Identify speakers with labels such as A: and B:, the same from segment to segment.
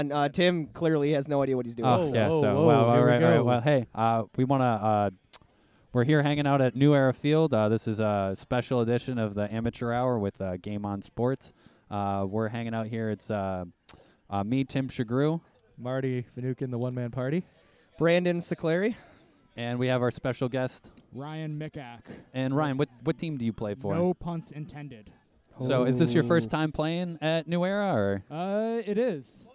A: And uh, Tim clearly has no idea what he's doing.
B: Oh,
C: Whoa,
B: yeah.
C: whoa,
B: so,
C: whoa,
B: well, all
C: here we
B: right, all right.
C: go.
B: Well, hey, uh, we want to. Uh, we're here hanging out at New Era Field. Uh, this is a special edition of the Amateur Hour with uh, Game On Sports. Uh, we're hanging out here. It's uh, uh, me, Tim Shagrew,
C: Marty Finucane, the one man party.
A: Brandon Sicleri.
B: and we have our special guest.
D: Ryan Mikak.
B: And Ryan, what what team do you play for?
D: No punts intended.
B: So, is this your first
A: Oh.
B: time playing at New Era, or
D: Uh, it is.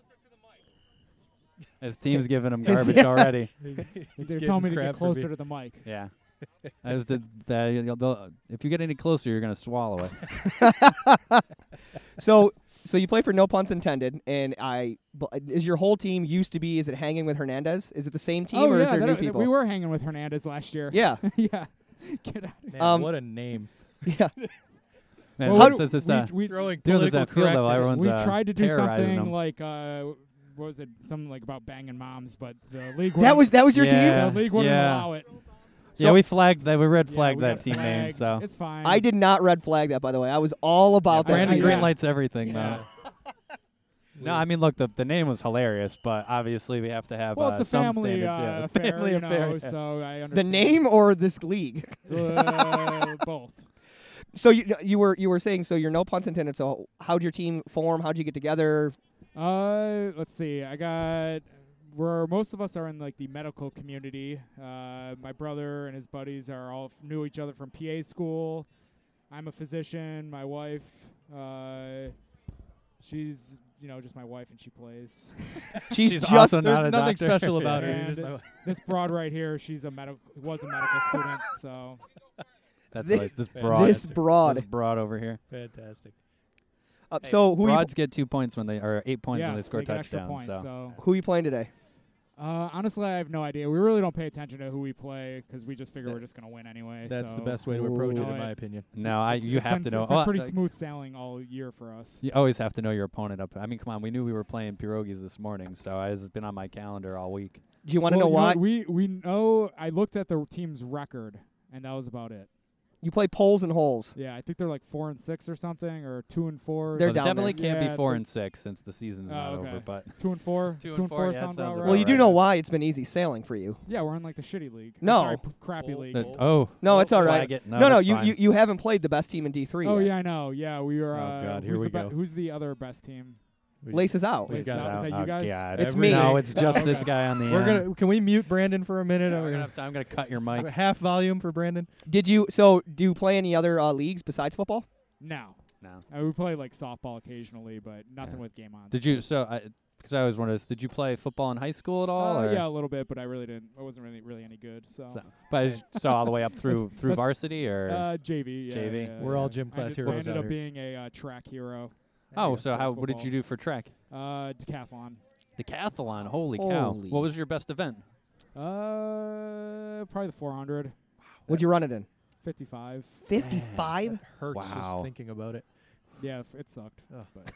B: his team's giving him
A: Is-
B: garbage already?
D: They're telling me to get closer to the mic.
B: Yeah. I was the, the, you'll- they'll- if you get any closer, you're gonna swallow it.
A: So so you play for No Punts Intended, and I bu- is your whole team used to be? Is it hanging with Hernandez? Is it the same team
D: oh
A: or
D: yeah,
A: is there
D: that-
A: new
D: that-
A: people?
D: we were hanging with Hernandez last year.
A: yeah,
D: yeah. Get out.
C: Man,
A: Um,
C: what a name.
A: yeah.
B: Man,
A: Well,
B: what's this, this,
D: we,
B: uh,
D: we,
C: Throwing
B: doing this at
C: political
B: field level,
C: correctness.
B: everyone's
D: we
B: uh,
D: tried to do
B: terrorizing
D: something
B: them.
D: like uh, what was it? Something like about banging moms, but the league.
A: That
D: wouldn't-
A: was that was your team.
B: Yeah,
D: the league wouldn't
B: yeah.
D: allow it.
B: yeah,
A: So-
B: we flagged that. We red
D: Yeah,
B: flagged
D: we
B: that
D: got
B: team name.
D: flagged.
B: So
D: it's fine.
A: I did not red flag that by the way. I was all about that.
B: Brandon
A: team.
B: Green
D: Yeah.
B: lights everything
D: Yeah.
B: though. No, I mean, look, the, the name was hilarious, but obviously we have to have
D: Well,
B: uh,
D: it's a
B: some
D: family
B: standards.
D: uh,
B: yeah,
D: affair,
B: family
D: you
B: affair.
D: know,
B: yeah.
D: so I understand.
A: The name or this league?
D: Uh, both.
A: So you you were you were saying so you're no punts intended. So how'd your team form? How'd you get together?
D: Uh, let's see. I got where most of us are in like the medical community. Uh, my brother and his buddies are all knew each other from PA school. I'm a physician. My wife, uh, she's you know just my wife, and she plays.
A: She's,
B: She's
A: just
B: also
C: There's
B: not a
C: nothing
B: doctor.
C: special about
D: Yeah.
C: her. You're just
D: And-
C: like,
D: this broad right here, she's a medical was a medical student. So
B: That's
A: This-
B: nice. This
C: this
B: broad.
A: this broad.
B: This broad over here.
C: fantastic.
A: Uh, so who you,
B: Broads get two points when they or eight points
D: yes,
B: when they score
D: get extra
B: touchdowns.
D: points,
B: so.
D: so.
A: who you playing today?
D: Uh, honestly, I have no idea. We really don't pay attention to who we play because we just figure
C: That-
D: we're just gonna win anyway.
C: That's the
D: so
C: best way to approach
A: Ooh.
C: it, in
D: Right.
C: my opinion.
B: no, I
D: it's-
B: you
D: it's
B: have
D: been-
B: to know.
D: It's been
B: Oh,
D: pretty
B: uh,
D: smooth sailing all year for us.
B: You always have to know your opponent up. I mean, come on, we knew we were playing pierogies this morning, so I- it's been on my calendar all week.
A: Do you want to
D: Well,
A: know
D: you
A: why
D: We we know. I looked at the team's record, and that was about it.
A: you play poles and holes?
D: Yeah, I think they're like four and six or something, or two and four.
A: They're
B: Well,
D: or
B: they
A: down
B: definitely
D: there.
B: can't
D: Yeah,
B: be four
D: they're-
B: and six since the season's
D: Oh,
B: not over.
D: okay.
B: but
D: Two and four.
B: Two and
D: and
B: four,
D: four,
B: yeah,
D: sounds
B: that sounds
D: about
B: about
D: right.
A: Well, you do
B: right.
A: know why it's been easy sailing for you.
D: Yeah, we're in like the shitty league. I'm
A: No.
D: sorry, p- crappy league.
B: the-
C: Bowl.
B: oh
A: No, it's all right.
B: flag it.
A: no, no,
B: that's
A: you,
B: fine.
A: you you haven't played the best team in D three.
D: Oh
A: yet.
D: yeah, I know. Yeah, we were.
C: Oh,
D: Uh,
C: God, here
D: who's
C: we
D: the be-
C: go.
D: Who's the other best team?
C: We-
A: Laces out.
C: Wait.
D: Is
C: guys
D: that-
B: Out.
D: is that
B: Oh,
D: you guys?
B: God.
A: Oh, It's
C: Every
A: me.
B: No,
C: day.
B: it's just this
D: Okay.
B: guy on the
C: We're
B: end.
C: gonna. Can we mute Brandon for a minute?
B: Yeah,
C: Are
B: we're
C: we
B: gonna have to, I'm gonna cut your mic.
C: half volume for Brandon.
A: Did you? So do you play any other uh, leagues besides football?
D: No,
B: now.
D: Uh, we play like softball occasionally, but nothing
B: Yeah.
D: with game on.
B: Did you? So, because I, always wondered, this, did you play football in high school at all?
D: Uh,
B: or?
D: yeah, a little bit, but I really didn't. I wasn't really really any good. So,
B: So, but is- so all the way up through through
D: That's-
B: varsity or?
D: uh, JV. Yeah,
B: JV.
D: yeah,
C: We're all
D: yeah.
C: gym
D: I
C: class
D: ended- I
C: heroes out
D: ended up
C: here.
D: being a uh, track hero.
B: oh,
D: yeah,
B: so
D: for
B: how? What did you
D: football.
B: do for track?
D: Uh, decathlon.
B: Decathlon. Holy, cow!
A: Holy.
B: What was your best event?
D: Uh, probably the 400,
A: What'd you run it in?
D: 55.
A: Fifty five.
C: That hurts
B: Wow.
C: just thinking about it.
D: Yeah, f- it sucked.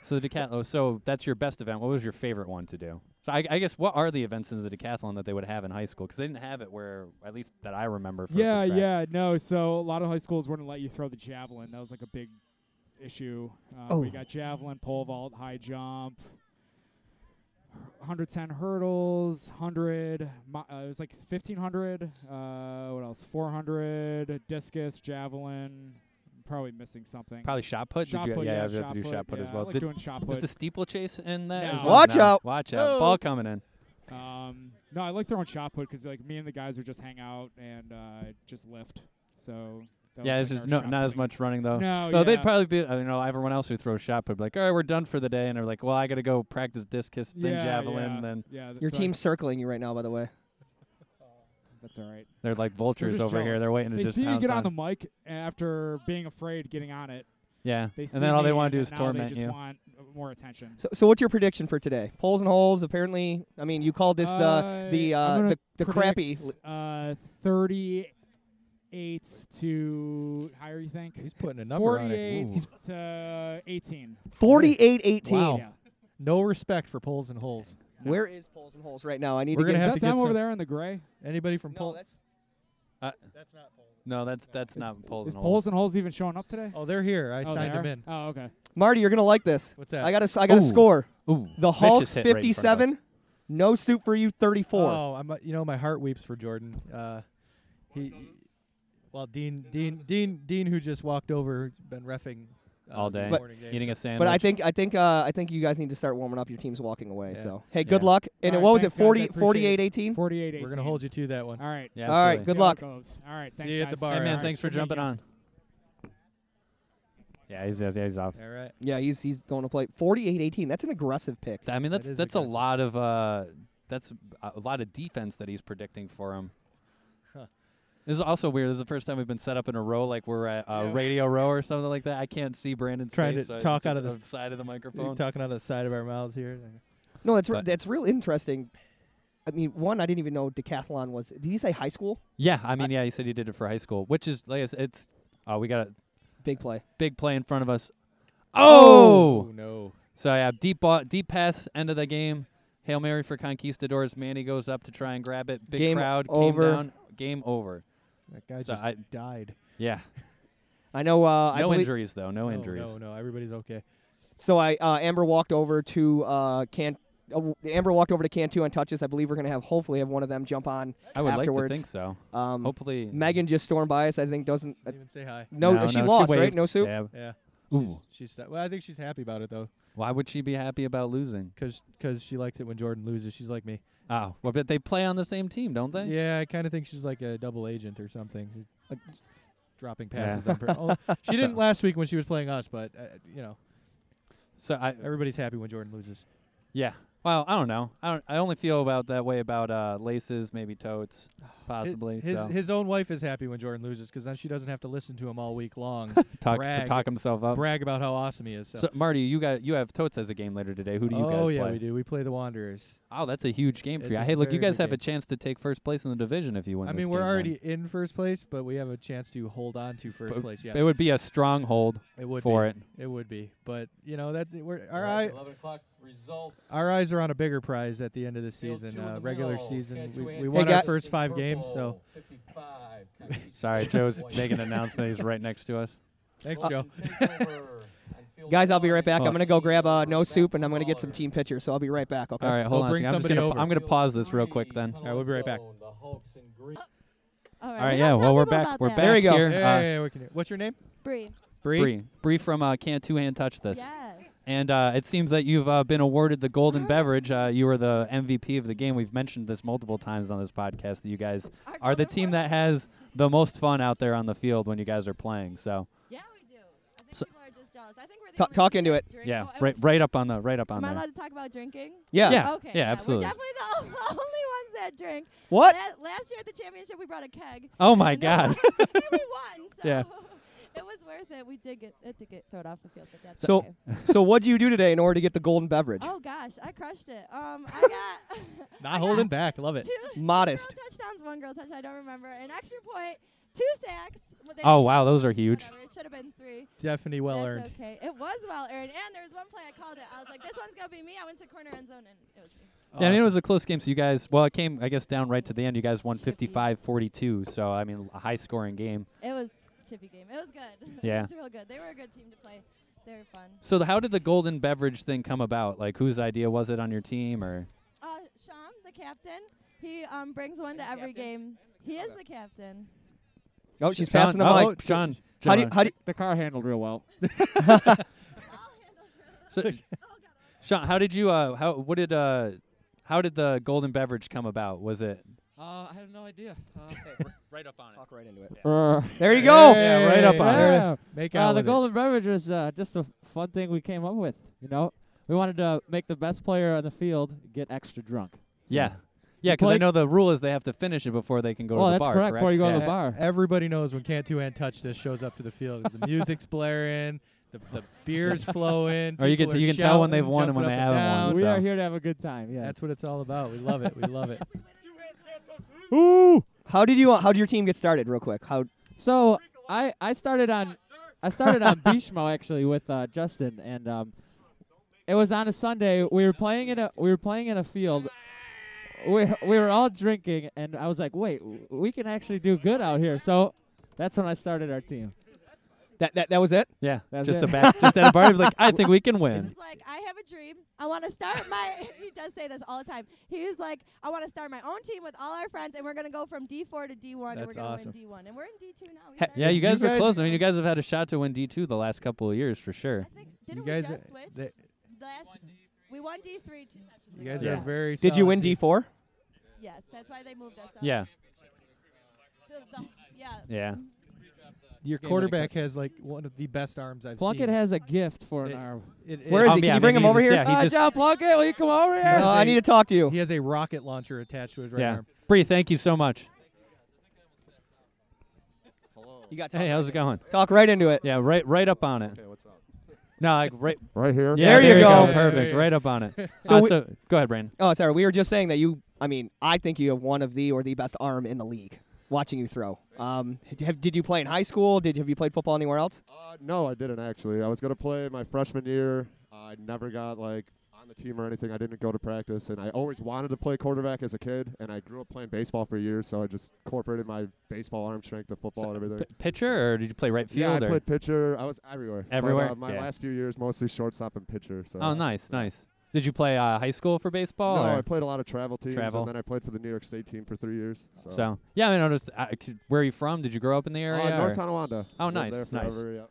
B: So the decathlon. oh, so that's your best event. What was your favorite one to do? So I, I guess what are the events in the decathlon that they would have in high school? Because they didn't have it where, at least that I remember. For, for
D: yeah,
B: track.
D: yeah, no. So a lot of high schools wouldn't let you throw the javelin. That was like a big issue. Uh,
A: Oh.
D: We got javelin, pole vault, high jump. 110 hurdles, 100. mi- Uh, it was like 1500. Uh, what else? 400 discus, javelin. Probably missing something.
B: Probably shot put.
D: shot
B: did you?
D: put,
B: yeah,
D: yeah,
B: you have to do shot put
D: yeah,
B: as
D: I
B: well.
D: like
B: Did-
D: doing shot
B: was
D: put.
B: the steeplechase in that? as
D: No.
B: well?
A: Watch
B: No.
A: out.
B: Watch out!
C: Whoa.
B: Ball coming in.
D: Um, no, I like throwing shot put 'cause like me and the guys would just hang out and uh, just lift. So that
B: yeah, it's
D: was, like,
B: just
D: our
B: no,
D: shot
B: not as
D: putting.
B: much running though.
D: No,
B: Though
D: yeah.
B: they'd probably be, I mean, you know, everyone else who throws shot put, be like, all right, we're done for the day, and they're like, well, I got to go practice discus, then
D: Yeah,
B: javelin,
D: yeah,
B: then
D: yeah. th-
A: Your
D: so I
A: team's
D: s-
A: circling you right now, by the way.
D: That's all right.
B: they're like vultures
D: just
B: over here.
D: jealous.
B: They're waiting to
D: They
B: just
D: see you
B: pounce
D: get
B: on.
D: on the mic after being afraid getting on it.
B: yeah,
D: They
B: and then all they want to do is
D: they
B: torment
D: just
B: you.
D: Want uh, more attention.
A: So, so what's your prediction for today? Poles and holes. Apparently, I mean, you called this the
D: Uh,
A: the
D: I'm
A: uh,
D: gonna
A: the, the crappy.
D: Predict, Uh, thirty-eight to higher. You think?
C: He's putting a number on it.
D: Forty-eight to eighteen.
A: 48-18.
C: Wow.
D: Yeah.
C: No respect for poles and holes.
A: Where is poles and holes right now? I need
C: We're
A: to
C: gonna
A: get
C: have
D: Is
C: to
D: that them
C: get
D: over
C: some-
D: there in the gray?
C: Anybody from
A: No,
C: pole?
A: that's
B: Uh,
C: That's not polls.
B: No, that's that's
D: Is-
B: not polls
D: Is
B: and
D: Poles
B: holes.
D: and Holes even showing up today?
C: Oh, they're here. I
D: oh, they
C: signed them
D: are?
C: in.
D: Oh, okay.
A: Marty, you're gonna like this.
C: What's that?
A: I got a I got a
B: Ooh.
A: score.
B: Ooh,
A: The
E: Vicious
A: Hulk's
E: hit right in front of us.
A: 57. no soup for you. 34.
C: Oh, I'm. uh, You know, my heart weeps for Jordan. Uh, he. Well, Dean, Dean, Dean, Dean, who just walked over, has been refing uh,
B: All day.
C: the
B: But-
C: morning game,
B: eating
C: so-
B: a sandwich.
A: But I think I think uh, I think you guys need to start warming up. Your team's walking away.
C: Yeah.
A: So hey, good
B: Yeah.
A: luck. And
D: All
A: what
D: right,
A: was
D: thanks,
A: it?
D: guys. I
A: 40,
D: appreciate
A: 48, 18.
D: 48
C: We're gonna hold you to that one.
D: All right.
B: Yeah,
A: All right,
B: absolutely.
A: good
D: See how
A: luck.
D: it goes. All right.
C: See
D: Thanks,
C: you at the
D: guys.
C: bar.
B: Hey man,
D: All right,
B: thanks for
D: good meeting
B: jumping
D: you.
B: on. Yeah, he's yeah, he's off.
C: All right.
A: Yeah, he's he's going to play 48, 18. That's an aggressive pick.
B: I mean, that's
C: is
B: that's a
C: aggressive.
B: lot of uh, that's a a lot of defense that he's predicting for him.
C: Huh.
B: This is also weird. This is the first time we've been set up in a row, like we're at uh,
C: Yeah.
B: Radio Row or something like that. I can't see Brandon's
C: Trying
B: face,
C: to
B: so I
C: talk
B: look
C: out of
B: at
C: the-
B: the side of the
C: We're
B: microphone.
C: talking out of the side of our mouths here.
A: No, that's re-
B: But-
A: that's real interesting. I mean, one I didn't even know decathlon was. Did he say high school?
B: Yeah, I mean, yeah, he said he did it for high school, which is like I said, it's uh, we got a
A: Big play.
B: big play in front of us.
C: Oh,
B: Oh,
C: no!
B: so yeah, deep ball, deep pass, end of the game. Hail Mary for Conquistadors. Manny goes up to try and grab it. Big
A: Game
B: crowd
A: over.
B: came down. Game over.
C: That guy
B: So
C: just
B: I-
C: died.
B: Yeah,
A: I know. Uh, I
B: no
A: believe-
B: injuries though. No
C: No,
B: injuries.
C: No, no, everybody's okay.
A: So I uh, Amber walked over to uh, can. Uh, Amber walked over to Cantu and touches. I believe we're gonna have hopefully have one of them jump on.
B: I would like
A: afterwards.
B: to think so.
A: Um,
B: Hopefully,
A: Megan just stormed by us. I think doesn't. Uh,
C: Didn't even say hi.
A: no, uh, she lost, right?
B: waved.
A: No soup.
B: Yeah.
C: Yeah.
B: Ooh.
C: She's, she's sad- well. I think she's happy about it though,
B: Why would she be happy about losing?
C: because she likes it when Jordan loses. She's like me.
B: Oh, well, but they play on the same team, don't they?
C: Yeah, I kind of think she's like a double agent or something. She's like dropping
B: Yeah.
C: passes. on per- oh, she didn't last week when she was playing us, but uh, you know,
B: So I,
C: everybody's happy when Jordan loses.
B: yeah. Well, I don't know. I don't, I only feel about that way about uh, laces, maybe totes, possibly.
C: his
B: so
C: his own wife is happy when Jordan loses because then she doesn't have to listen to him all week long
B: talk to
C: brag.
B: talk himself up.
C: brag about how awesome he is. So,
B: So Marty, you got you have totes as a game later today. Who do you
C: oh
B: guys
C: yeah,
B: play?
C: we do. We play the Wanderers.
B: Oh, that's a huge game for
C: It's
B: you.
C: a
B: Hey, look, you
C: very
B: guys
C: good
B: have a
C: game.
B: chance to take first place in the division if you win.
C: I
B: this
C: mean, we're
B: game, then.
C: already in first place, but we have a chance to hold on to first
B: But
C: place. Yes,
B: It would be a stronghold
C: It would
B: for
C: be.
B: it.
C: It would be. But you know that we're our eye,
E: Eleven o'clock results.
C: our eyes are on a bigger prize at the end of the
E: Field
C: season.
E: two in
C: Uh,
E: the
C: regular
E: middle.
C: season, we,
E: Schedule
C: we
E: and
C: won
A: Hey,
C: our
A: guy-
C: first five games. So
E: Purple, 55, Conquistadors
B: Sorry, Joe's
E: white.
B: making an announcement. He's right next to us.
C: thanks,
E: Boston
C: Joe.
E: takeover on field
A: Uh, Guys, I'll be right
E: one.
A: back. I'm
B: Fuck.
A: gonna go grab uh, no soup and I'm gonna get some
E: Waller.
A: team pictures. So I'll be right back. Okay.
B: All right, hold
C: They'll
B: on. a
C: bring
B: second. I'm just
C: somebody
B: gonna
C: over.
B: I'm gonna
E: Field
B: pause this real
E: three,
B: quick then.
E: tunnel
C: All right, we'll be right back.
E: zone, the Hawks in green.
F: Oh, All right.
B: All right,
F: we're
B: yeah.
F: not
B: Well, we're
F: talking
B: back.
F: about
B: We're
F: that.
B: back
A: There we go.
B: here.
C: Hey,
B: Uh,
C: hey, we can hear- what's your name?
F: Bree.
C: Bree.
B: Bree, Bree from uh, Can't Two Hand Touch This,
F: Yes.
B: and uh, it seems that you've uh, been awarded the golden beverage. Uh, you were the MVP of the game. We've mentioned this multiple times on this podcast that you guys are the team that has the most fun out there on the field when you guys are playing. So
F: Yeah, we do. I think
B: So-
F: people are just jealous. I think we're the
A: Ta-
F: only
A: talk
F: team
A: into
F: that
A: it.
F: drink-
B: yeah,
F: oh, am-
B: right, right up on the right up on
F: Am I
B: there.
F: allowed to talk about drinking?
A: Yeah.
B: Yeah.
F: Okay.
B: absolutely.
F: We're definitely the only ones that drink.
A: What?
F: Last, last year at the championship, we brought a keg.
B: Oh my
F: and-
B: God.
F: and we won. So
B: Yeah.
F: It was worth it. We did get it did get thrown off the field, but that's
A: So-
F: okay.
A: so what'd you do today in order to get the golden beverage?
F: Oh gosh, I crushed it. Um, I got
C: Not
F: I got
C: holding back. Love it.
F: two
A: Modest.
F: Two girl touchdowns, one girl touchdown. I don't remember. An extra point, two sacks. Well, they
B: Oh
F: didn't
B: wow,
F: count.
B: those are huge.
F: Whatever, It should have been three.
C: Definitely well
F: That's
C: earned.
F: okay. It was well earned. And there was one play I called it. I was like, this one's gonna be me. I went to corner end zone and it was me.
B: Yeah, I mean, it
C: Awesome.
B: was a close game. So you guys, well, it came, I guess, down right to the end. You guys won 55-42. So I mean, a high-scoring game.
F: It was chippy game. It was good.
B: Yeah.
F: it was real good. They were a good team to play. They were fun.
B: So the, how did the golden beverage thing come about? Like, whose idea was it on your team, or?
F: Uh, Sham, the captain, he um brings one to every game. He is the captain.
A: Oh, she's
B: Sean-
A: passing the
B: oh,
A: mic.
B: John.
A: How do you,
B: John.
A: how do
D: The car handled real well.
G: Uh,
B: So, Sean, how did you? Uh, how what did? Uh, how did the golden beverage come about? Was it?
G: Uh, I have no idea. Uh,
B: Right up on
A: you talk right into it?
G: uh,
A: There you go.
C: Yeah, right up on
A: There-
C: it.
G: yeah.
C: Make
G: Uh,
C: out
G: the
C: with it.
G: golden beverage was uh, just a fun thing we came up with. You know, we wanted to make the best player on the field get extra drunk.
B: Yeah, yeah. Because I
G: play-
B: know the rule is they have to finish it before they can go
G: well,
B: to the
G: that's
B: bar.
G: correct. Before you go
B: yeah.
G: to the bar.
C: Everybody knows when Can't Two Hand Touch This shows up to the field. The music's blaring, the, the beer's flowing.
B: Or you
C: people
B: can-
C: are
B: you can tell when they've
C: shouting,
B: won and
C: jumping
B: when they
C: up and
B: haven't won,
C: down.
G: we are
B: so.
G: here to have a good time. Yeah.
C: That's what it's all about. We love it. We love it.
A: How did you? How did your team get started? Real quick. How?
G: So I I started on I started on Bishmo actually with uh, Justin and um, it was on a Sunday. We were playing in a we were playing in a field. we we were all drinking, and I was like, wait, w- we can actually do good out here. So that's when I started our team.
A: That that, that was it.
B: Yeah,
G: That's
B: just
G: it.
B: a bat, just at a party, like I think we can
F: He
B: win.
F: was like, I have a dream. I want to start my. he does say this all the time. He was like, I want to start my own team with all our friends, and we're gonna go from D4 to D1, and we're
C: That's
F: gonna
C: awesome.
F: win D1, and we're in D2 now. We
A: He-
F: started
B: Yeah, you
C: You
B: guys were
C: guys-
B: close. I mean, you guys have had a shot to win D two the last couple of years for
F: I
B: sure.
F: think didn't
C: you guys,
F: we
C: uh,
F: just switch?
C: they-
F: Last we won D3 two sessions
C: you guys
F: ago.
C: are
B: Yeah.
C: very.
A: Did you
C: solid
A: win
C: team.
A: D four?
F: Yes, that's why they moved us. Up.
B: Yeah,
F: The, the, yeah.
B: yeah.
C: Your
G: Game-winning
C: quarterback has like one of the best arms I've
G: Plunkett
C: seen.
G: has a gift for an
C: It-
G: arm.
C: It,
A: Where is
B: Um,
A: he? Can
B: yeah,
A: you bring
B: maybe
A: him over
B: he's-
A: here?
B: Yeah, he
G: Uh,
B: just
G: John Plunkett, will you come over here?
C: has
A: Uh, I
C: a-
A: need to talk to you.
C: He has a rocket launcher attached to his right
B: Yeah.
C: arm.
B: Bree, thank you so much.
H: Hello.
A: You got to talk
B: Hey,
A: right
B: how's it
A: in.
B: going?
A: Talk right into it.
B: Yeah, right, right up on it.
H: Okay, what's up?
B: No, like right.
H: Right here.
B: Yeah,
A: There you go.
B: Perfect, right up on it.
A: So
B: Uh,
A: we-
B: so go ahead, Brandon.
A: Oh, sorry. We were just saying that you. I mean, I think you have one of the or the best arm in the league. Watching you throw. Um, d- have, did you play in high school? Did have you played football anywhere else?
H: Uh, no, I didn't actually. I was gonna play my freshman year. I never got like on the team or anything. I didn't go to practice, and I always wanted to play quarterback as a kid. And I grew up playing baseball for years, so I just incorporated my baseball arm strength to football and everything.
B: P- pitcher, or did you play right
H: yeah, I
B: field? or?
H: played pitcher. I was everywhere. But,
B: Everywhere?
H: uh, my
B: Yeah.
H: last few years, mostly shortstop and pitcher. So.
B: oh, nice, nice. Did you play uh, high school for baseball?
H: No,
B: or?
H: I played a lot of travel teams,
B: Travel.
H: and then uh, I played for the New York State team for three years. So,
B: So yeah, I mean, I noticed. I c where are you from? Did you grow up in the
H: Uh,
B: area?
H: North
B: or-
H: Tonawanda.
B: Oh,
H: Lived
B: nice,
H: there
B: nice.
H: forever,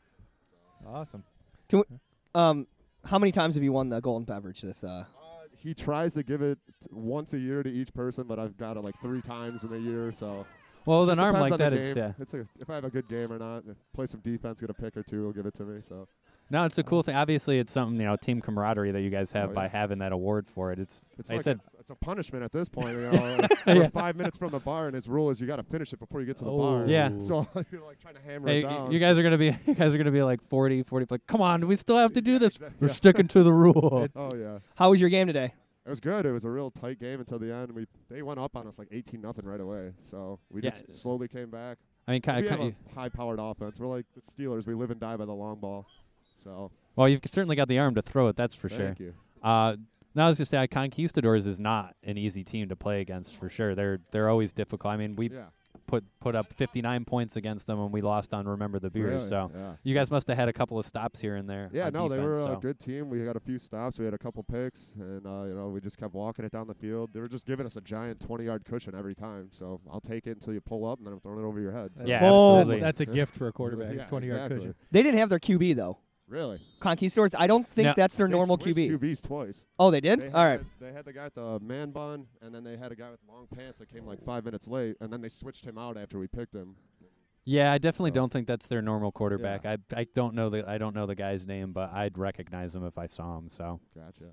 H: yeah.
C: Awesome.
A: Um, how many times have you won the golden beverage? This. Uh,
H: Uh, he tries to give it once a year to each person, but I've got it like three times in a year. So
B: well, with
H: Just
B: an arm
H: depends
B: like
H: on
B: that,
H: the
B: it's
H: game.
B: yeah.
H: It's a, if I have a good game or not. Play some defense, get a pick or two, he'll give it to me. So
B: No, it's a cool thing. Obviously, it's something you know, team camaraderie that you guys have
H: Oh,
B: by
H: yeah.
B: having that award for it. It's
H: it's
B: Like I
H: like
B: said-
H: it's, it's a punishment at this point. You know, like, we're five minutes from the bar, and his rule is you got to finish it before you get to the bar.
B: Oh. Yeah.
H: So you're like trying to hammer
B: Hey,
H: it
B: y-
H: down.
B: you guys are gonna be you guys are gonna be like 40, 40. Like, come on, we still have to do this.
H: exact-
B: We're
H: yeah.
B: sticking to the rule.
H: oh yeah,
A: how was your game today?
H: it was good. It was a real tight game until the end. We they went up on us like 18 nothing right away. So we
B: Yeah.
H: just slowly came back.
B: I mean, kind
H: we
B: of.
H: have a high-powered offense. We're like the Steelers. We live and die by the long ball. So
B: well, you've certainly got the arm to throw it. That's for sure.
H: thank you.
B: Uh, now I was gonna say, uh, Conquistadors is not an easy team to play against for sure. They're they're always difficult. I mean, we
H: Yeah.
B: put put up 59 points against them when we lost on Remember the Beers.
H: Really,
B: So
H: yeah,
B: you guys must have had a couple of stops here and there.
H: yeah
B: on
H: no, they were uh,
B: defense,
H: a
B: so.
H: good team. We got a few stops. We had a couple picks, and uh, you know we just kept walking it down the field. They were just giving us a giant 20-yard cushion every time. So I'll take it until you pull up, and then I'm throwing it over your head. So-
B: Yeah,
C: Boom.
B: absolutely.
C: That's a
H: Yeah.
C: gift for a quarterback.
H: Yeah,
C: 20 yard
H: exactly.
C: cushion.
A: They didn't have their QB though.
H: Really?
A: Conquistadors. I don't think
B: No.
A: that's their
H: They
A: normal
H: switched
A: QB.
H: QBs twice.
A: Oh, they did.
H: They had
A: All right.
H: the- they had the guy with the man bun, and then they had a guy with long pants that came like five minutes late, and then they switched him out after we picked him.
B: Yeah, I definitely
H: So-
B: don't think that's their normal quarterback. I I don't know the I don't know the guy's name, but I'd recognize him if I saw him. So
H: Gotcha.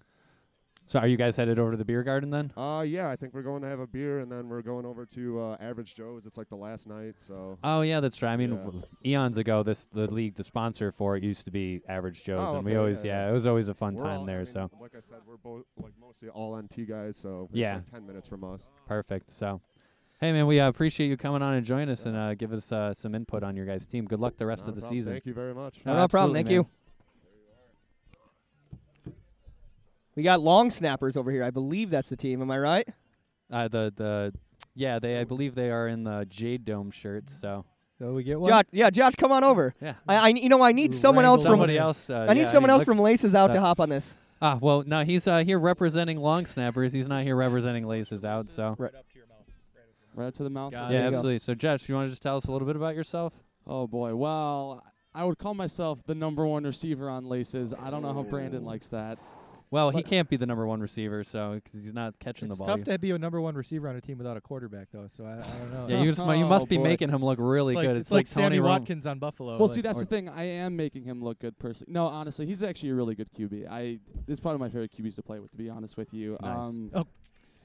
B: so are you guys headed over to the beer garden then?
H: Uh, yeah, I think we're going to have a beer, and then we're going over to uh, Average Joe's. It's like the last night, so.
B: Oh yeah, that's right. I mean,
H: Yeah.
B: w eons ago, this the league, the sponsor for it used to be Average Joe's,
H: Oh,
B: and we
H: okay,
B: always
H: yeah,
B: yeah,
H: yeah.
B: it was always a fun
H: We're
B: time
H: all- I
B: there.
H: mean,
B: so
H: like I said, we're both like mostly all NT guys, so it's
B: Yeah.
H: like ten minutes from us.
B: perfect. So hey man, we uh, appreciate you coming on and joining us and uh, give us uh, some input on your guys' team. Good luck the rest
H: Not a
B: of the
H: problem.
B: season.
H: Thank you very much.
A: No, no problem.
B: absolutely,
A: Thank
B: man.
A: you. We got long snappers over here. I believe that's the team. Am I right?
B: Uh, the the yeah, they I believe they are in the Jade Dome shirts. So
C: So we get one.
A: Josh, yeah, Josh, come on over.
B: yeah,
A: I, I you know, I need
C: Ooh,
A: someone else from.
B: somebody else. Uh,
A: I need
B: yeah,
A: someone else
B: look-
A: from Laces out to
B: uh,
A: hop on this.
B: Ah, well, no, he's uh, here representing long snappers. He's not here representing laces out. So
A: Right.
I: Right up to the mouth.
C: Got
B: yeah,
A: There you go.
B: absolutely. So Josh, you want to just tell us a little bit about yourself?
I: Oh boy. Well, I would call myself the number one receiver on laces. I don't know how Brandon likes that.
B: Well, he
C: But-
B: can't be the number one receiver, so because he's not catching
C: It's
B: the ball.
C: tough to be a number one receiver on a team without a quarterback, though. So I, I don't know.
B: yeah, you just mu- you
I: Oh,
B: must be
I: boy.
B: making him look really
C: it's like,
B: good.
C: It's,
B: it's
C: like,
B: Tony
C: Sammy
B: Rome.
C: Watkins on Buffalo.
I: Well,
C: like-
I: see, that's the
C: or-
I: thing. I am making him look good personally. No, honestly, he's actually a really good QB. I it's probably my favorite QBs to play with, to be honest with you.
B: Nice.
I: Um,
C: Oh,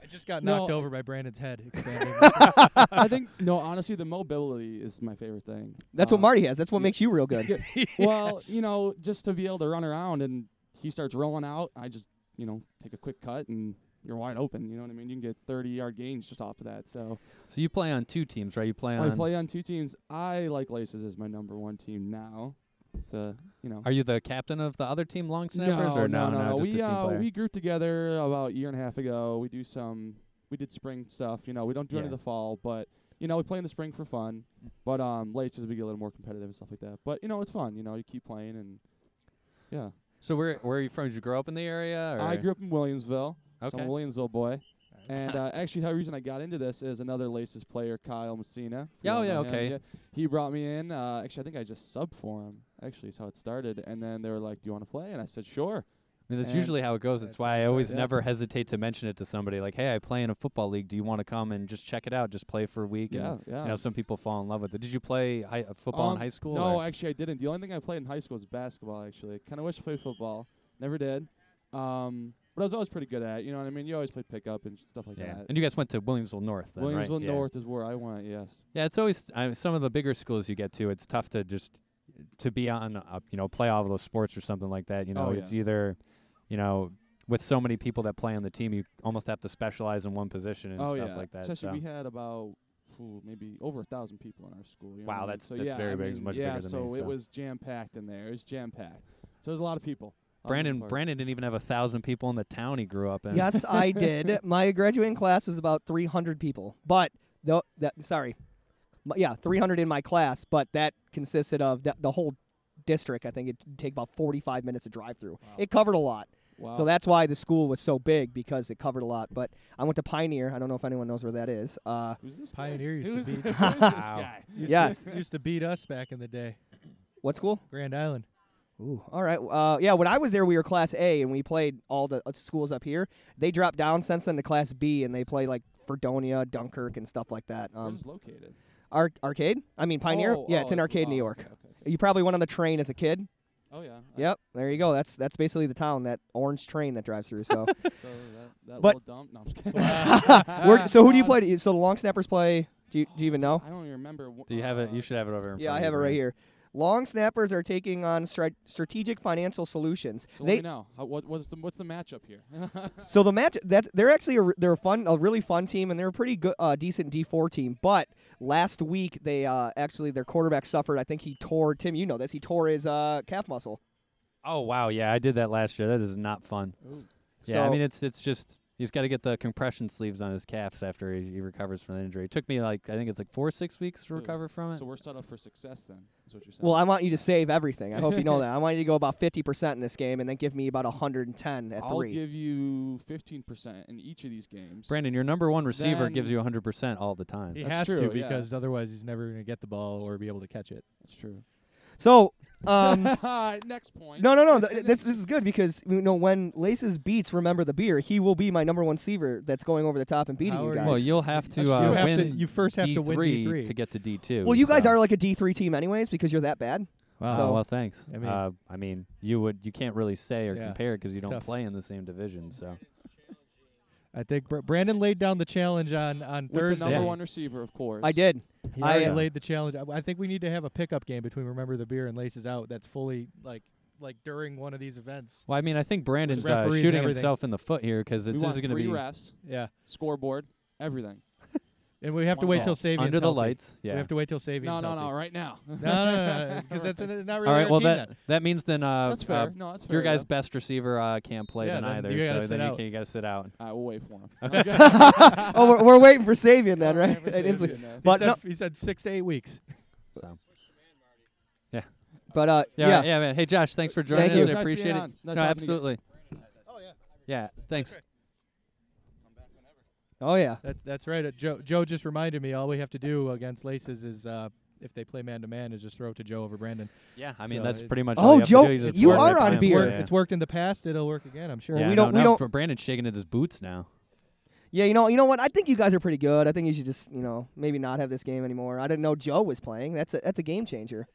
C: I just got
I: No.
C: knocked over by Brandon's head expanding.
I: I think no, honestly, the mobility is my favorite thing.
A: That's what
I: Um,
A: Marty has. That's what makes you real good.
I: yeah, Well, you know, just to be able to run around and he starts rolling out, I just, you know, take a quick cut and you're wide open. You know what I mean? You can get 30 yard gains just off of that. So
B: So you play on two teams, right? You play
I: I
B: on.
I: Oh, play on two teams. I like Laces as my number one team now. So, you know.
B: Are you the captain of the other team, long snappers, or no,
I: no,
B: no, just
I: we,
B: a team
I: uh,
B: player?
I: we grouped together about a year and a half ago. We do some we did spring stuff. You know, we don't do any of
B: Yeah.
I: the fall, but you know, we play in the spring for fun. But um, late just we get a little more competitive and stuff like that. But you know, it's fun. You know, you keep playing and yeah.
B: So where where are you from? Did you grow up in the area? Or?
I: I grew up in Williamsville. So I'm
B: Okay.
I: a Williamsville boy. And uh, actually, the reason I got into this is another Laces player, Kyle Messina. if you
B: Yeah, oh
I: all
B: yeah,
I: know him,
B: okay.
I: He brought me in. Uh, actually, I think I just subbed for him. Actually, is how it started. And then they were like, "Do you want to play?" And I said, "Sure."
B: I mean, that's
I: and-
B: usually how it goes. That's
C: That's
B: why I
C: nice,
B: always
I: yeah.
B: never hesitate to mention it to somebody. Like, hey, I play in a football league. Do you want to come and just check it out? Just play for a week.
I: Yeah,
B: And,
I: yeah.
B: You know, some people fall in love with it. Did you play high, uh, football
I: Um,
B: in high school?
I: No,
B: or-
I: actually, I didn't. The only thing I played in high school was basketball. Actually, kind of wish I played football. Never did. Um, but I was always pretty good at. it, You know what I mean? You always played pickup and stuff like
B: yeah.
I: that.
B: And you guys went to Williamsville North. Then, right?
I: Williamsville
B: Yeah.
I: North is where I went. Yes.
B: Yeah, it's always I some of the bigger schools you get to. It's tough to just to be on, a, you know, play all of those sports or something like that. You know,
I: Oh,
B: it's either, you know, with so many people that play on the team, you almost have to specialize in one position and
I: oh
B: stuff
I: yeah.
B: like that.
I: Especially
B: so.
I: we had about ooh, maybe over a thousand people in our school. you know
B: Wow,
I: what I mean?
B: that's-
I: so,
B: that's
I: yeah,
B: very
I: I
B: big. It's
I: mean,
B: much
I: yeah,
B: bigger than
I: so
B: me,
I: it
B: so.
I: was jam packed in there. It was jam packed. So there's a lot of people. on
B: Brandon
I: that part.
B: Brandon didn't even have a thousand people in the town he grew up in.
A: Yes, I did. My graduating class was about 300 people, but though that sorry, M- yeah, 300 in my class, but that consisted of the, the whole district. I think it'd take about 45 minutes to drive through. It covered a lot,
I: Wow.
A: so that's why the school was so big because it covered a lot. But I went to Pioneer. I don't know if anyone knows where that is. Uh,
I: Who's this guy?
C: Pioneer used
I: Who's
C: to
I: this,
C: beat
I: who's this
B: Wow.
I: guy?
C: used
A: Yes.
C: to, used to beat us back in the day.
A: what school?
C: Grand Island.
A: Ooh, all right. Uh, yeah, when I was there, we were Class A, and we played all the uh, schools up here. They dropped down since then to Class B, and they play like Fredonia, Dunkirk, and stuff like that.
I: Where's
A: Um,
I: this located?
A: Ar- arcade? I mean, Pioneer.
I: Oh,
A: yeah,
I: oh,
A: it's in Arcade, New
I: oh,
A: York.
I: okay, okay.
A: You probably went on the train as a kid.
I: Oh yeah. I-
A: Yep, there you go. That's that's basically the town, that orange train that drives through. So,
I: So that, that
A: But-
I: little dump. No, I'm just kidding.
A: Where, so who do you play? So the long snappers play. Do you, do you even know?
I: I don't even remember. wh-
B: Do you have it?
I: uh,
B: You should have it over. In
A: Yeah,
B: front
A: I
B: of
A: have it
B: you,
A: right
B: Brandon.
A: here. Long snappers are taking on stri- strategic financial solutions.
I: So
A: they
I: let me know. How, what, what's the what's the matchup here?
A: So the match that they're actually a, they're a fun a really fun team and they're a pretty good uh, decent D four team. But last week they uh, actually their quarterback suffered. I think he tore Tim. You know this. He tore his uh, calf muscle.
B: Oh wow, yeah, I did that last year. That is not fun. Yeah, I
A: So-
B: mean it's it's just he's got to get the compression sleeves on his calves after he, he recovers from the injury. It took me like I think it's like four six weeks to
I: Ooh.
B: recover from it.
I: so we're set up for success then. Is what you're saying.
A: Well, I want you to save everything. I hope you know that. I want you to go about fifty percent in this game and then give me about hundred and ten at
I: I'll
A: three.
I: give you 15% in each of these games.
B: Brandon, your number one receiver
I: Then-
B: gives you 100% all the time.
C: He has
I: That's
C: to
I: true, yeah.
C: because otherwise he's never going to get the ball or be able to catch it.
I: That's true.
A: so. Um,
I: Next point.
A: No, no, no. th- This this is good because you know when Laces beats remember the beer, he will be my number one receiver that's going over the top and beating you
C: Howard
A: guys.
B: Well, you'll have to
C: You
B: uh,
C: have
B: win.
C: to- you first have
B: D3
C: to win D3.
B: to get to D2.
A: Well, you guys
B: so-
A: are like a D three team anyways because you're that bad.
B: Oh,
C: Wow.
A: so-
B: well, thanks. I
C: I
B: mean,
C: mean-
B: uh, I mean, you would you can't really say or
C: Yeah,
B: compare because you
C: it's
B: don't
C: tough.
B: play in the same division. So
C: I think Br- Brandon laid down the challenge on on
I: With the
C: Thursday.
I: number
B: Yeah.
I: one receiver, of course.
A: I did.
C: He
A: I-
C: already
B: Yeah.
C: laid the challenge. I, I think we need to have a pickup game between Remember the Beer and Laces Out. That's fully like like during one of these events.
B: Well, I mean, I think Brandon's uh,
C: referees and
B: shooting
C: everything.
B: himself in the foot here because
I: We
B: this
I: want
B: is going to
I: three
B: be
I: refs,
C: Yeah,
I: scoreboard, everything.
C: and we have to
I: One
C: wait
I: ball.
C: till Savian's
B: under the
C: healthy.
B: lights. Yeah.
C: We have to wait till Savian's
I: No, no,
C: healthy.
I: no, right now.
C: no, no, no, no, because that's an, not really
B: all right.
C: our
B: Well,
C: team
B: that
C: then.
B: that means then uh,
I: that's fair.
B: uh,
I: no, that's fair.
B: your guys'
I: yeah.
B: best receiver uh, can't play
C: Yeah,
B: then,
C: then
B: either.
C: you gotta
B: so
C: sit
B: then you,
C: out.
B: can, you got to sit out.
I: All right, we'll wait for him.
A: oh, we're, we're waiting for Savian then, right? It is-
I: Instantly.
A: but
C: he, said,
A: no-
C: he said six to eight weeks.
A: but uh,
B: Yeah,
A: yeah,
B: right, yeah, man. Hey, Josh, thanks for joining
A: Thank
B: us.
A: you.
B: I
I: Nice being
B: appreciate it.
I: on. Nice
B: no,
I: having you.
B: absolutely.
C: Oh,
B: Yeah, thanks.
A: oh yeah,
C: That, that's right. Uh, Joe, Joe just reminded me. All we have to do against Laces is uh, if they play man to man, is just throw it to Joe over Brandon.
B: Yeah, I mean
C: So
B: that's
C: it-
B: pretty much.
A: Oh,
B: all you have to
A: Joe,
B: do. just
A: you
B: work
A: are
B: it
A: on
B: down.
C: it's,
A: beer.
C: worked-
B: Yeah.
C: it's worked in the past. It'll work again. I'm sure.
B: Yeah,
A: we
B: no,
A: don't- we
B: no,
A: don't-
B: for- Brandon's shaking at his boots now.
A: yeah. You know, you know what? I think you guys are pretty good. I think you should just, you know, maybe not have this game anymore. I didn't know Joe was playing. That's a that's a game changer.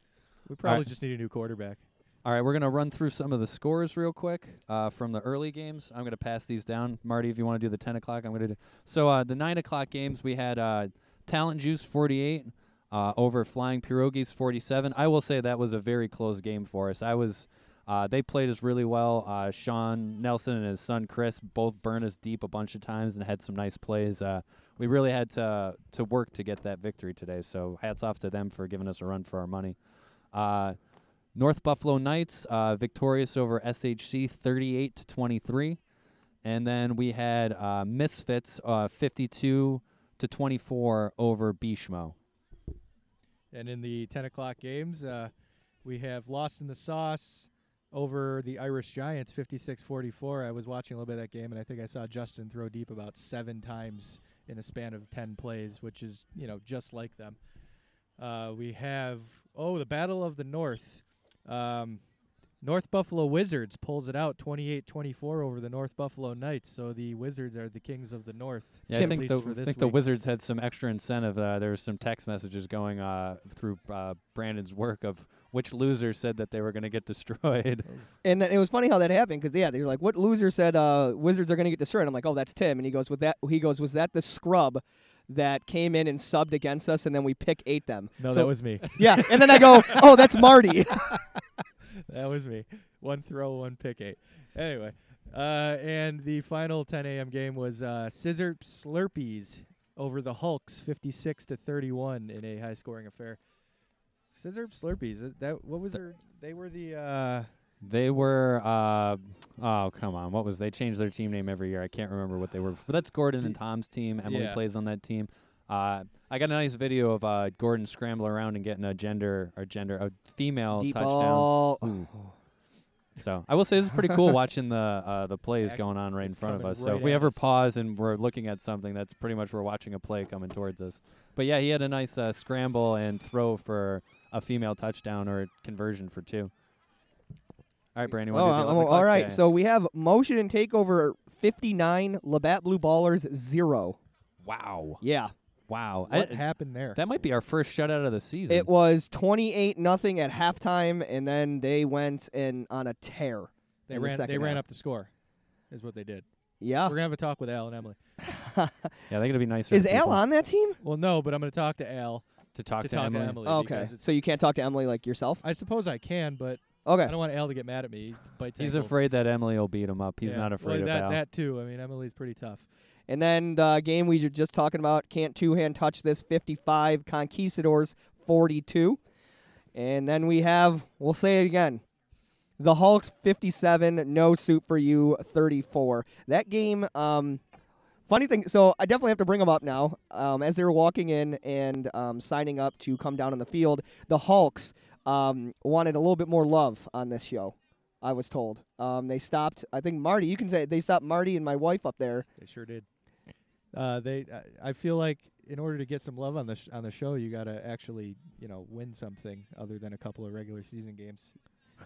C: We probably just need a new quarterback.
B: All right, we're gonna run through some of the scores real quick uh, from the early games. I'm gonna pass these down, Marty. If you want to do the 10 o'clock, I'm gonna do. So uh, the 9 o'clock games, we had uh, Talent Juice 48 uh, over Flying Pierogies 47. I will say that was a very close game for us. I was. Uh, they played us really well. Uh, Sean Nelson and his son Chris both burned us deep a bunch of times and had some nice plays. Uh, we really had to to work to get that victory today. So hats off to them for giving us a run for our money. Uh, North Buffalo Knights uh, victorious over SHC 38 to 23, And then we had uh, Misfits uh, 52 to 24 over Bishmo.
C: And in the 10 o'clock games, uh, we have Lost in the Sauce over the Irish Giants, 56 44. I was watching a little bit of that game, and I think I saw Justin throw deep about seven times in a span of 10 plays, which is, you know, just like them. Uh, we have, oh, the Battle of the North. Um, North Buffalo Wizards pulls it out 28 24 over the North Buffalo Knights. So the Wizards are the kings of the North.
B: Yeah, I
C: at
B: think,
C: least
B: the,
C: for
B: I
C: this
B: think the
C: week.
B: Wizards had some extra incentive. Uh, there was some text messages going uh, through uh, Brandon's work of which loser said that they were going to get destroyed.
C: Oh,
A: And then it was funny how that happened because yeah, they're like, "What loser said uh, Wizards are going to get destroyed?" I'm like, "Oh, that's Tim." And he goes, "With that," he goes, "Was that the scrub that came in and subbed against us, and then we pick ate them?"
C: No,
A: So-
C: that was me.
A: yeah. And then I go, "Oh, that's Marty."
C: that was me. One throw, one pick eight. Anyway, uh, and the final 10 a.m. game was uh, Scissor Slurpees over the Hulks, 56 to 31 in a high-scoring affair. Scissor Slurpees. That, that what was their? They were the. Uh,
B: They were, uh, oh, come on. What was They changed their team name every year. I can't remember what they were. But that's Gordon and Tom's team. Emily
C: Yeah.
B: plays on that team. Uh, I got a nice video of uh, Gordon scrambling around and getting a gender, or gender, a female
A: Deep
B: touchdown.
A: ball.
B: So I will say this is pretty cool watching the uh, the plays
C: Action
B: going on right in
C: is
B: front of
C: coming
B: us. so
C: right
B: if we
C: at
B: ever
C: us.
B: pause and we're looking at something, that's pretty much we're watching a play coming towards us. But yeah, he had a nice uh, scramble and throw for a female touchdown or conversion for two. All right, Brandon. You
A: Oh,
B: wanna do the
A: I'm-
B: 11
A: all
B: o'clock?
A: right.
B: Yeah.
A: So we have motion and takeover 59, Labatt Blue Ballers zero.
B: wow,
A: Yeah.
B: wow, I-
C: what happened there?
B: that might be our first shutout of the season.
A: It was 28 nothing at halftime, and then they went and on a tear.
C: they
A: in the
C: ran. they
A: second
C: ran
A: half.
C: up the score. uh, Is what they did.
A: Yeah.
C: We're gonna have a talk with Al and Emily.
B: yeah, they're gonna be nicer.
A: Is
B: to people
A: Al on that team?
C: Well, no, but I'm gonna talk to Al
B: to talk
C: to
B: to,
C: talk
B: Emily?
C: to Emily.
A: Oh, okay.
C: because it's-
A: So you can't talk to Emily like yourself?
C: I suppose I can, but I
A: Okay.
C: don't want Al to get mad at me. Bites
B: He's
C: ankles.
B: afraid that Emily will beat him up. He's
C: Yeah.
B: not afraid
C: well, that,
B: of Al.
C: That too. I mean, Emily's pretty tough.
A: And then the game we were just talking about, can't two hand touch this 55, Conquistadors 42. And then we have, we'll say it again, the Hulks 57, no soup for you 34. That game, um, funny thing, so I definitely have to bring them up now. Um, as they were walking in and um, signing up to come down on the field, the Hulks um, wanted a little bit more love on this show. I was told. Um, they stopped. I think Marty. You can say it, they stopped Marty and my wife up there
C: They sure did. Uh, they, I, I feel like in order to get some love on the sh- on the show, you gotta actually, you know, win something other than a couple of regular season games,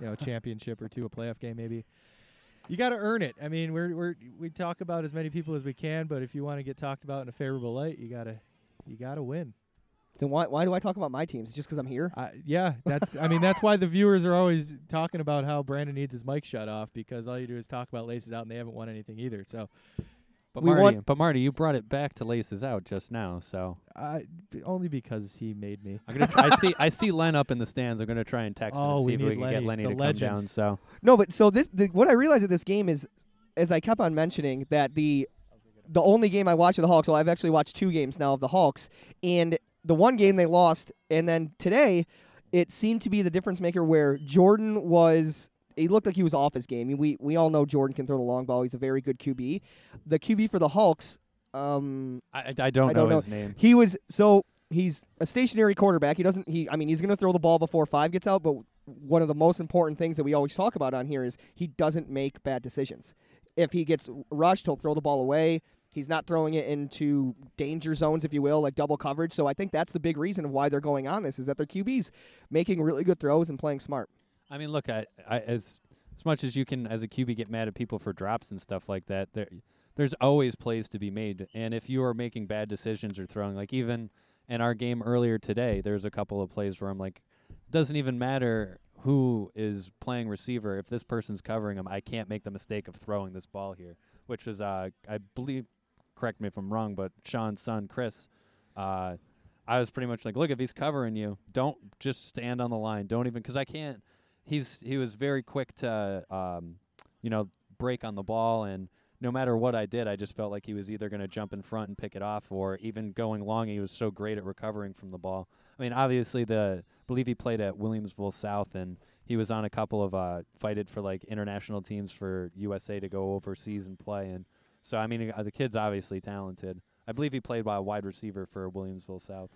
C: you know, a championship or two, a playoff game maybe. You gotta earn it. I mean, we're we're we talk about as many people as we can, but if you want to get talked about in a favorable light, you gotta you gotta win.
A: Then why why do I talk about my teams? Just because I'm here?
C: I, yeah, that's. I mean, that's why the viewers are always talking about how Brandon needs his mic shut off because all you do is talk about laces out and they haven't won anything either. So
B: But
A: We
B: Marty,
A: want-
B: but Marty, you brought it back to Laces Out just now, so
C: I Uh, only because he made me.
B: I'm gonna. Try, I see. I see Len up in the stands. I'm gonna try and text him
C: Oh,
B: and
C: we
B: see if we
C: need
B: can get
C: Lenny,
B: Lenny
C: the
B: to
C: legend.
B: come down. So
A: No, but so this the, what I realized at this game is, as I kept on mentioning that the the only game I watched of the Hawks. Well, I've actually watched two games now of the Hawks, and the one game they lost, and then today, it seemed to be the difference maker where Jordan was. He looked like he was off his game. I mean, we we all know Jordan can throw the long ball. He's a very good QB. The QB for the Hawks, um,
B: I, I- I don't
A: I
B: know
A: don't know.
B: his name.
A: He was so he's a stationary quarterback. He doesn't he I mean he's going to throw the ball before 5 gets out, but one of the most important things that we always talk about on here is he doesn't make bad decisions. If he gets rushed, he'll throw the ball away. He's not throwing it into danger zones, if you will, like double coverage. So I think that's the big reason of why they're going on this is that their QBs making really good throws and playing smart.
B: I mean, look, I, I as as much as you can as a QB get mad at people for drops and stuff like that. There, there's always plays to be made, and if you are making bad decisions or throwing, like even in our game earlier today, there's a couple of plays where I'm like, it doesn't even matter who is playing receiver if this person's covering him. I can't make the mistake of throwing this ball here, which was uh, I believe, correct me if I'm wrong, but Sean's son Chris. Uh, I was pretty much like, look, if he's covering you, don't just stand on the line. Don't even because I can't he's he was very quick to um, you know break on the ball and no matter what I did, I just felt like he was either going to jump in front and pick it off, or even going long, he was so great at recovering from the ball. I mean, obviously, the I believe he played at Williamsville South, and he was on a couple of uh, fighted for like international teams for USA to go overseas and play. And so, I mean, uh, the kid's obviously talented. I believe he played by a wide receiver for Williamsville South.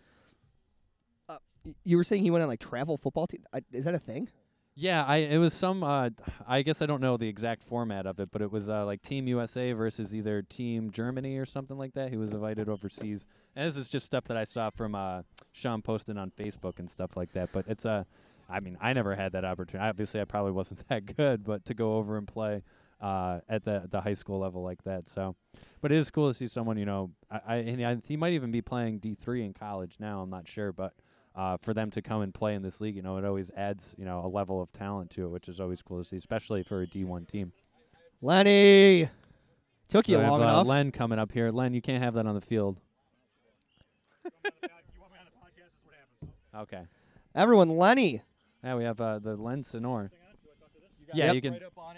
A: Y- You were saying he went on like travel football team. I, is that a thing?
B: Yeah, I it was some. Uh, I guess I don't know the exact format of it, but it was uh, like Team USA versus either Team Germany or something like that. He was invited overseas, and this is just stuff that I saw from uh, Sean posting on Facebook and stuff like that. But it's Uh, I mean, I never had that opportunity. Obviously, I probably wasn't that good, but to go over and play uh, at the the high school level like that, so. But it is cool to see someone you know. I, I and I, he might even be playing D three in college now. I'm not sure, but uh, for them to come and play in this league, you know, it always adds, you know, a level of talent to it, which is always cool to see, especially for a D1 team.
A: Lenny took you
B: So I have,
A: long
B: uh,
A: enough.
B: Len coming up here. Len, you can't have that on the field. okay.
A: Everyone, Lenny.
B: Now we have uh, the Len Sonor. Yeah, you can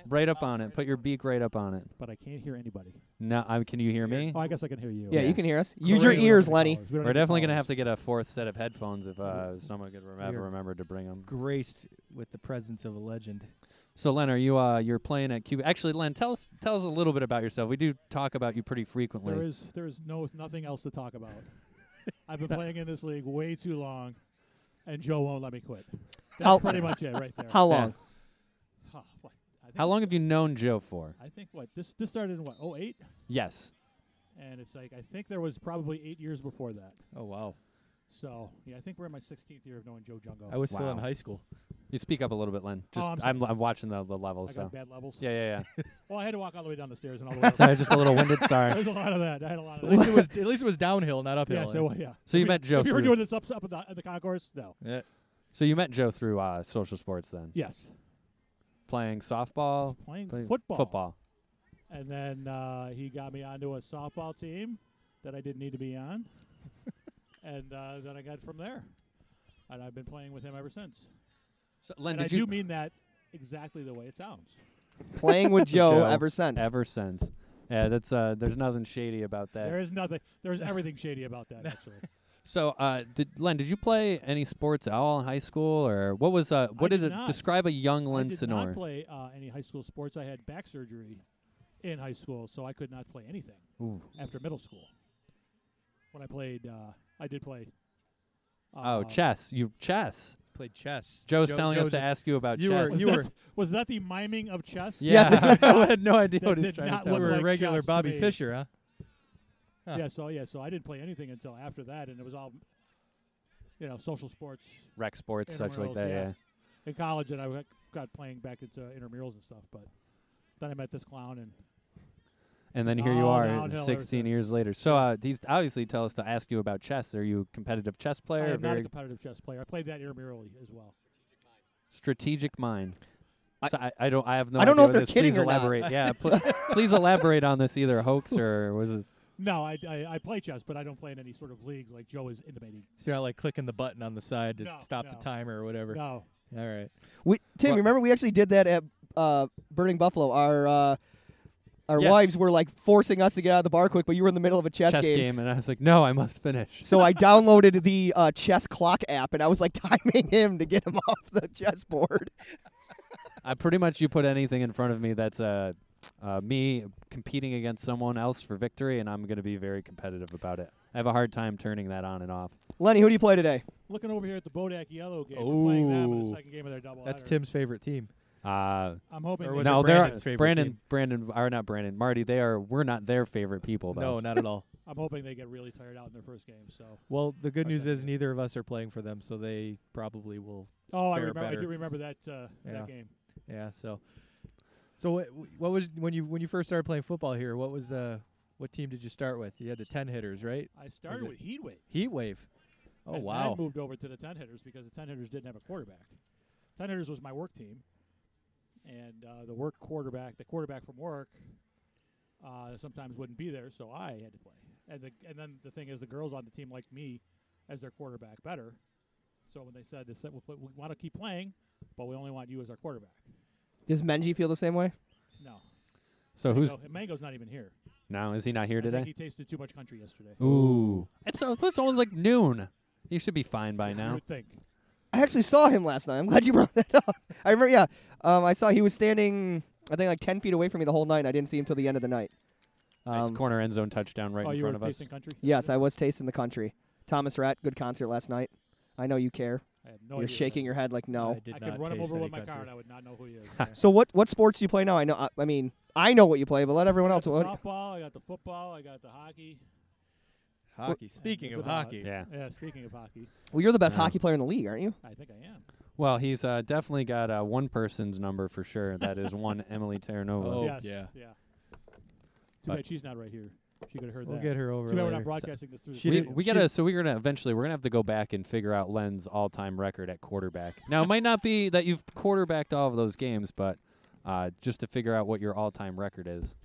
B: right up on it. Put your beak right up on it.
J: But I can't hear anybody.
B: No, I, can you hear me?
J: Oh, I guess I can hear you.
A: Yeah,
J: Okay.
A: you can hear us. Use your
J: Great.
A: ears, Lenny.
J: We don't
B: We're
J: need
B: definitely going to
J: followers.
B: have to get a fourth set of headphones if uh, someone could rem- ever
C: Weird.
B: remember to bring them.
C: graced with the presence of a legend.
B: So Len, are you uh you're playing at Cuba? Actually, Len, tell us tell us a little bit about yourself. We do talk about you pretty frequently.
J: There is there is no nothing else to talk about. I've been playing in this league way too long, and Joe won't let me quit. That's
A: How-
J: pretty much it right there.
A: How long?
J: Huh, what, I think
B: How long have you known Joe for?
J: I think what this this started in what oh eight,
B: Yes.
J: and it's like I think there was probably eight years before that.
C: Oh wow!
J: So yeah, I think we're in my 16th year of knowing Joe Jungo.
C: I was still in
B: Wow.
C: high school.
B: You speak up a little bit, Len.
J: Oh,
B: Just
J: I'm sorry.
B: I'm, I'm watching the, the level.
J: I
B: So
J: got bad levels.
B: yeah, yeah, yeah.
J: Well, I had to walk all the way down the stairs and all the way. Up.
B: Sorry, just a little winded. Sorry.
J: There's a lot of that. I had a lot
C: At
J: of that.
C: least it was at least it was downhill, not uphill.
J: yeah, so yeah.
B: So you
J: If
B: met Joe
J: If you were
B: through-
J: doing this up up at the, at the concourse, no.
C: yeah.
B: So you met Joe through uh, social sports then,
J: Yes.
B: playing softball,
J: Playing
B: playing
J: football.
B: football.
J: And then uh, he got me onto a softball team that I didn't need to be on. and uh, then I got from there. And I've been playing with him ever since.
B: So Len,
J: and I
B: did you
J: do mean that exactly the way it sounds.
A: Playing with Joe,
B: Joe,
A: ever since.
B: ever since? Yeah, that's uh. There's nothing shady about
J: There
B: that.
J: is nothing, there's everything shady about that, actually.
B: So, uh, did Len? Did you play any sports at all in high school, or what was uh? What
J: did
B: did, it
J: not.
B: describe a young
J: I
B: Len
J: did
B: Sonor?
J: not play uh, any high school sports. I had back surgery in high school, so I could not play anything
B: Ooh.
J: after middle school. When I played, uh, I did play.
B: Oh,
J: uh,
B: chess. You chess.
C: Played chess.
B: Joe's
C: Joe-
B: telling us
C: Joe's
B: to
C: just-
B: ask you about
C: you
B: chess.
J: Was
C: You
J: that,
C: were-
J: was that the miming of chess?
A: Yes.
B: Yeah, I had no idea
J: That
B: what he's
J: did
B: trying to
J: not
B: tell.
J: look
C: You
B: us.
C: were a
J: like
C: regular
J: chess to
C: Bobby
J: me.
C: Fisher, huh? Huh.
J: Yeah, so yeah, so I didn't play anything until after that, and it was all, you know, social sports
B: Rec sports, such like
J: Intramurals,
B: that.
J: yeah.
B: Yeah.
J: in college, and I got- got playing back into intramurals and stuff. But then I met this clown, and
B: And then here you
J: All
B: are,
J: downhill ever
B: 16
J: since.
B: years later. So uh, he's obviously tell us to ask you about chess. Are you a competitive chess player?
J: I
B: or
J: am not a
B: very
J: competitive chess player. I played that intramurally as well.
B: strategic mind.
A: I-
B: so I, I don't I have no
A: I don't know
B: idea
A: if
B: what
A: they're
B: this.
A: kidding
B: please
A: or not.
B: elaborate. Yeah, pl- please elaborate on this either hoax or was it
J: No, I, I, I play chess, but I don't play in any sort of leagues like Joe is intimating.
C: So you're not like clicking the button on the side to
J: No,
C: stop
J: no.
C: the timer or whatever.
J: No,
C: All right.
A: We, Tim,
C: Well-
A: remember we actually did that at uh, Burning Buffalo. Our uh, our
B: Yeah.
A: wives were like forcing us to get out of the bar quick, but you were in the middle of a chess,
B: chess game. and I was like, "No, I must finish."
A: So I downloaded the uh, chess clock app, and I was like timing him to get him off the chessboard.
B: I pretty much you put anything in front of me that's uh, uh, me competing against someone else for victory and I'm going to be very competitive about it. I have a hard time turning that on and off.
A: Lenny, who do you play today?
J: looking over here at the Bodak Yellow game, we're playing them in
C: Ooh.
J: the second game of their double.
C: That's Tim's favorite team.
B: Uh
J: I'm hoping.
C: or
J: they-
C: was it
B: no, they're
C: Brandon's favorite
B: Brandon,
C: team?
B: Brandon, are not Brandon, Marty. They are. We're not their favorite people, though.
C: No, not at all.
J: I'm hoping they get really tired out in their first game. So.
C: Well, the good
J: Okay.
C: news is neither of us are playing for them, so they probably will.
J: Oh, I
C: fare
J: remember.
C: better.
J: I do remember that uh,
C: Yeah.
J: that game.
C: Yeah. So, so what, what was when you when you first started playing football here? What was the what team did you start with? You had the ten hitters, right?
J: I started
C: it-
J: with Heat Wave.
C: Heat Wave. Oh
J: and
C: wow.
J: Then moved over to the ten hitters because the ten hitters didn't have a quarterback. Ten hitters was my work team, and uh, the work quarterback, the quarterback from work, uh, sometimes wouldn't be there, so I had to play. And the and then the thing is, the girls on the team liked me as their quarterback better. So when they said, they said "We'll put- we want to keep playing, but we only want you as our quarterback.
A: Does Menji feel the same way?
J: No,
B: So who's
J: Mango- Mango's not even here.
B: now? Is he not here
J: I think
B: today?
J: he tasted too much country yesterday.
B: Ooh, it's, al- it's almost like noon. He should be fine by
J: You
B: now.
J: would think.
A: I actually saw him last night. I'm glad you brought that up. I remember, yeah. Um, I saw he was standing, I think, like 10 feet away from me the whole night. and I didn't see him till the end of the night.
B: nice
A: Um,
B: corner end zone touchdown right
J: oh,
B: in
J: you
B: front
J: were
B: of us.
J: tasting country?
A: Yes, I was tasting the country. Thomas Rat, good concert last night. I know you care.
J: I have no
A: You're
J: idea.
A: shaking your head like no.
J: I, could run him over with my car and I would not know who he is. Yeah.
A: So what what sports do you play now? I know. I, I mean, I know what you play, but let everyone
J: I
A: else.
J: got the
A: What,
J: softball, I got the football, I got the hockey.
A: Hockey.
J: and
C: Speaking
J: that's
C: of
J: about
C: hockey.
J: it.
B: Yeah.
J: Yeah, speaking of hockey,
A: well, you're the best
B: Yeah.
A: hockey player in the league, aren't you?
J: I think I am.
B: Well, he's uh, definitely got uh, one person's number for sure. That is one Emily Terranova.
C: Oh,
J: yes,
C: yeah. Uh,
J: Yeah. Too
B: But-
J: bad she's not right here. She could have heard
C: We'll
J: that.
C: get her over
J: Too bad we're
C: later.
J: not broadcasting this through the
C: She
B: we,
J: radio.
C: did-
B: we gotta so we're gonna eventually we're gonna have to go back and figure out Len's all time record at quarterback. Now it might not be that you've quarterbacked all of those games, but uh, just to figure out what your all time record is.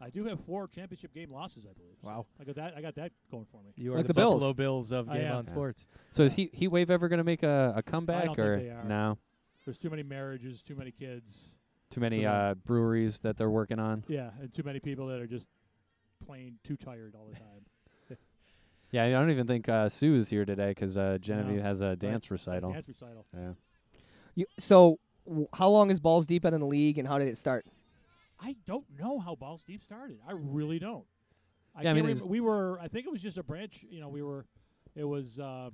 J: I do have four championship game losses, I believe. so
C: Wow.
J: I got that. I got that going for me.
C: You are
A: Like
C: the,
A: the Bills.
C: Buffalo Bills of
J: I
C: Game
J: am.
C: On
B: Yeah.
C: Sports.
B: So is he Heat Wave ever gonna make a, a comeback
J: think
B: or
J: they are.
B: no?
J: There's too many marriages, too many kids.
B: Too many
J: No.
B: uh, breweries that they're working on.
J: Yeah, and too many people that are just plain too tired all the time.
B: Yeah, I don't even think uh, Sue is here today because uh, Genevieve has a dance recital.
J: Dance recital.
B: Yeah.
A: You so. w- How long has Balls Deep been in the league, and how did it start?
J: I don't know how Balls Deep started. I really don't.
B: Yeah, I
J: I can't
B: mean, it
J: remember.
B: was-
J: we were. I think it was just a branch. You know, we were. It was uh,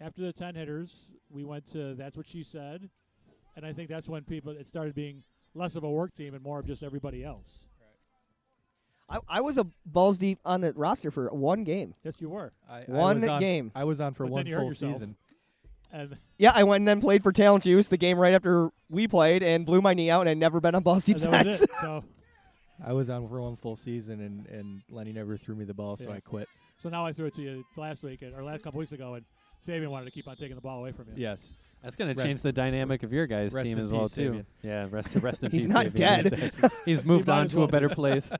J: after the ten hitters. We went to. That's what she said, and I think that's when people. It started being less of a work team and more of just everybody else.
A: I, I was a Balls Deep on the roster for one game.
J: Yes, you were.
C: I,
A: One
C: I was on,
A: game.
C: I was on for
J: But then
C: one
J: you hurt
C: full
J: yourself.
C: season.
J: And
A: Yeah, I went and then played for Talent Juice the game right after we played and blew my knee out, and I'd never been on Balls Deep
J: and that was
A: since.
J: it. So,
C: I was on for one full season, and, and Lenny never threw me the ball, so
J: Yeah.
C: I quit.
J: so now I threw it to you last week and, or last couple weeks ago, and Sabian wanted to keep on taking the ball away from you.
C: Yes.
B: That's gonna
C: Rest-
B: change the dynamic of your guys'
C: rest
B: team
C: in
B: as well
C: peace,
B: too.
C: Sabian.
B: Yeah, rest rest in
A: He's
B: peace.
A: not
B: Sabian.
A: dead.
B: He's moved
J: might
B: on
J: as
B: to a
J: well.
B: better place.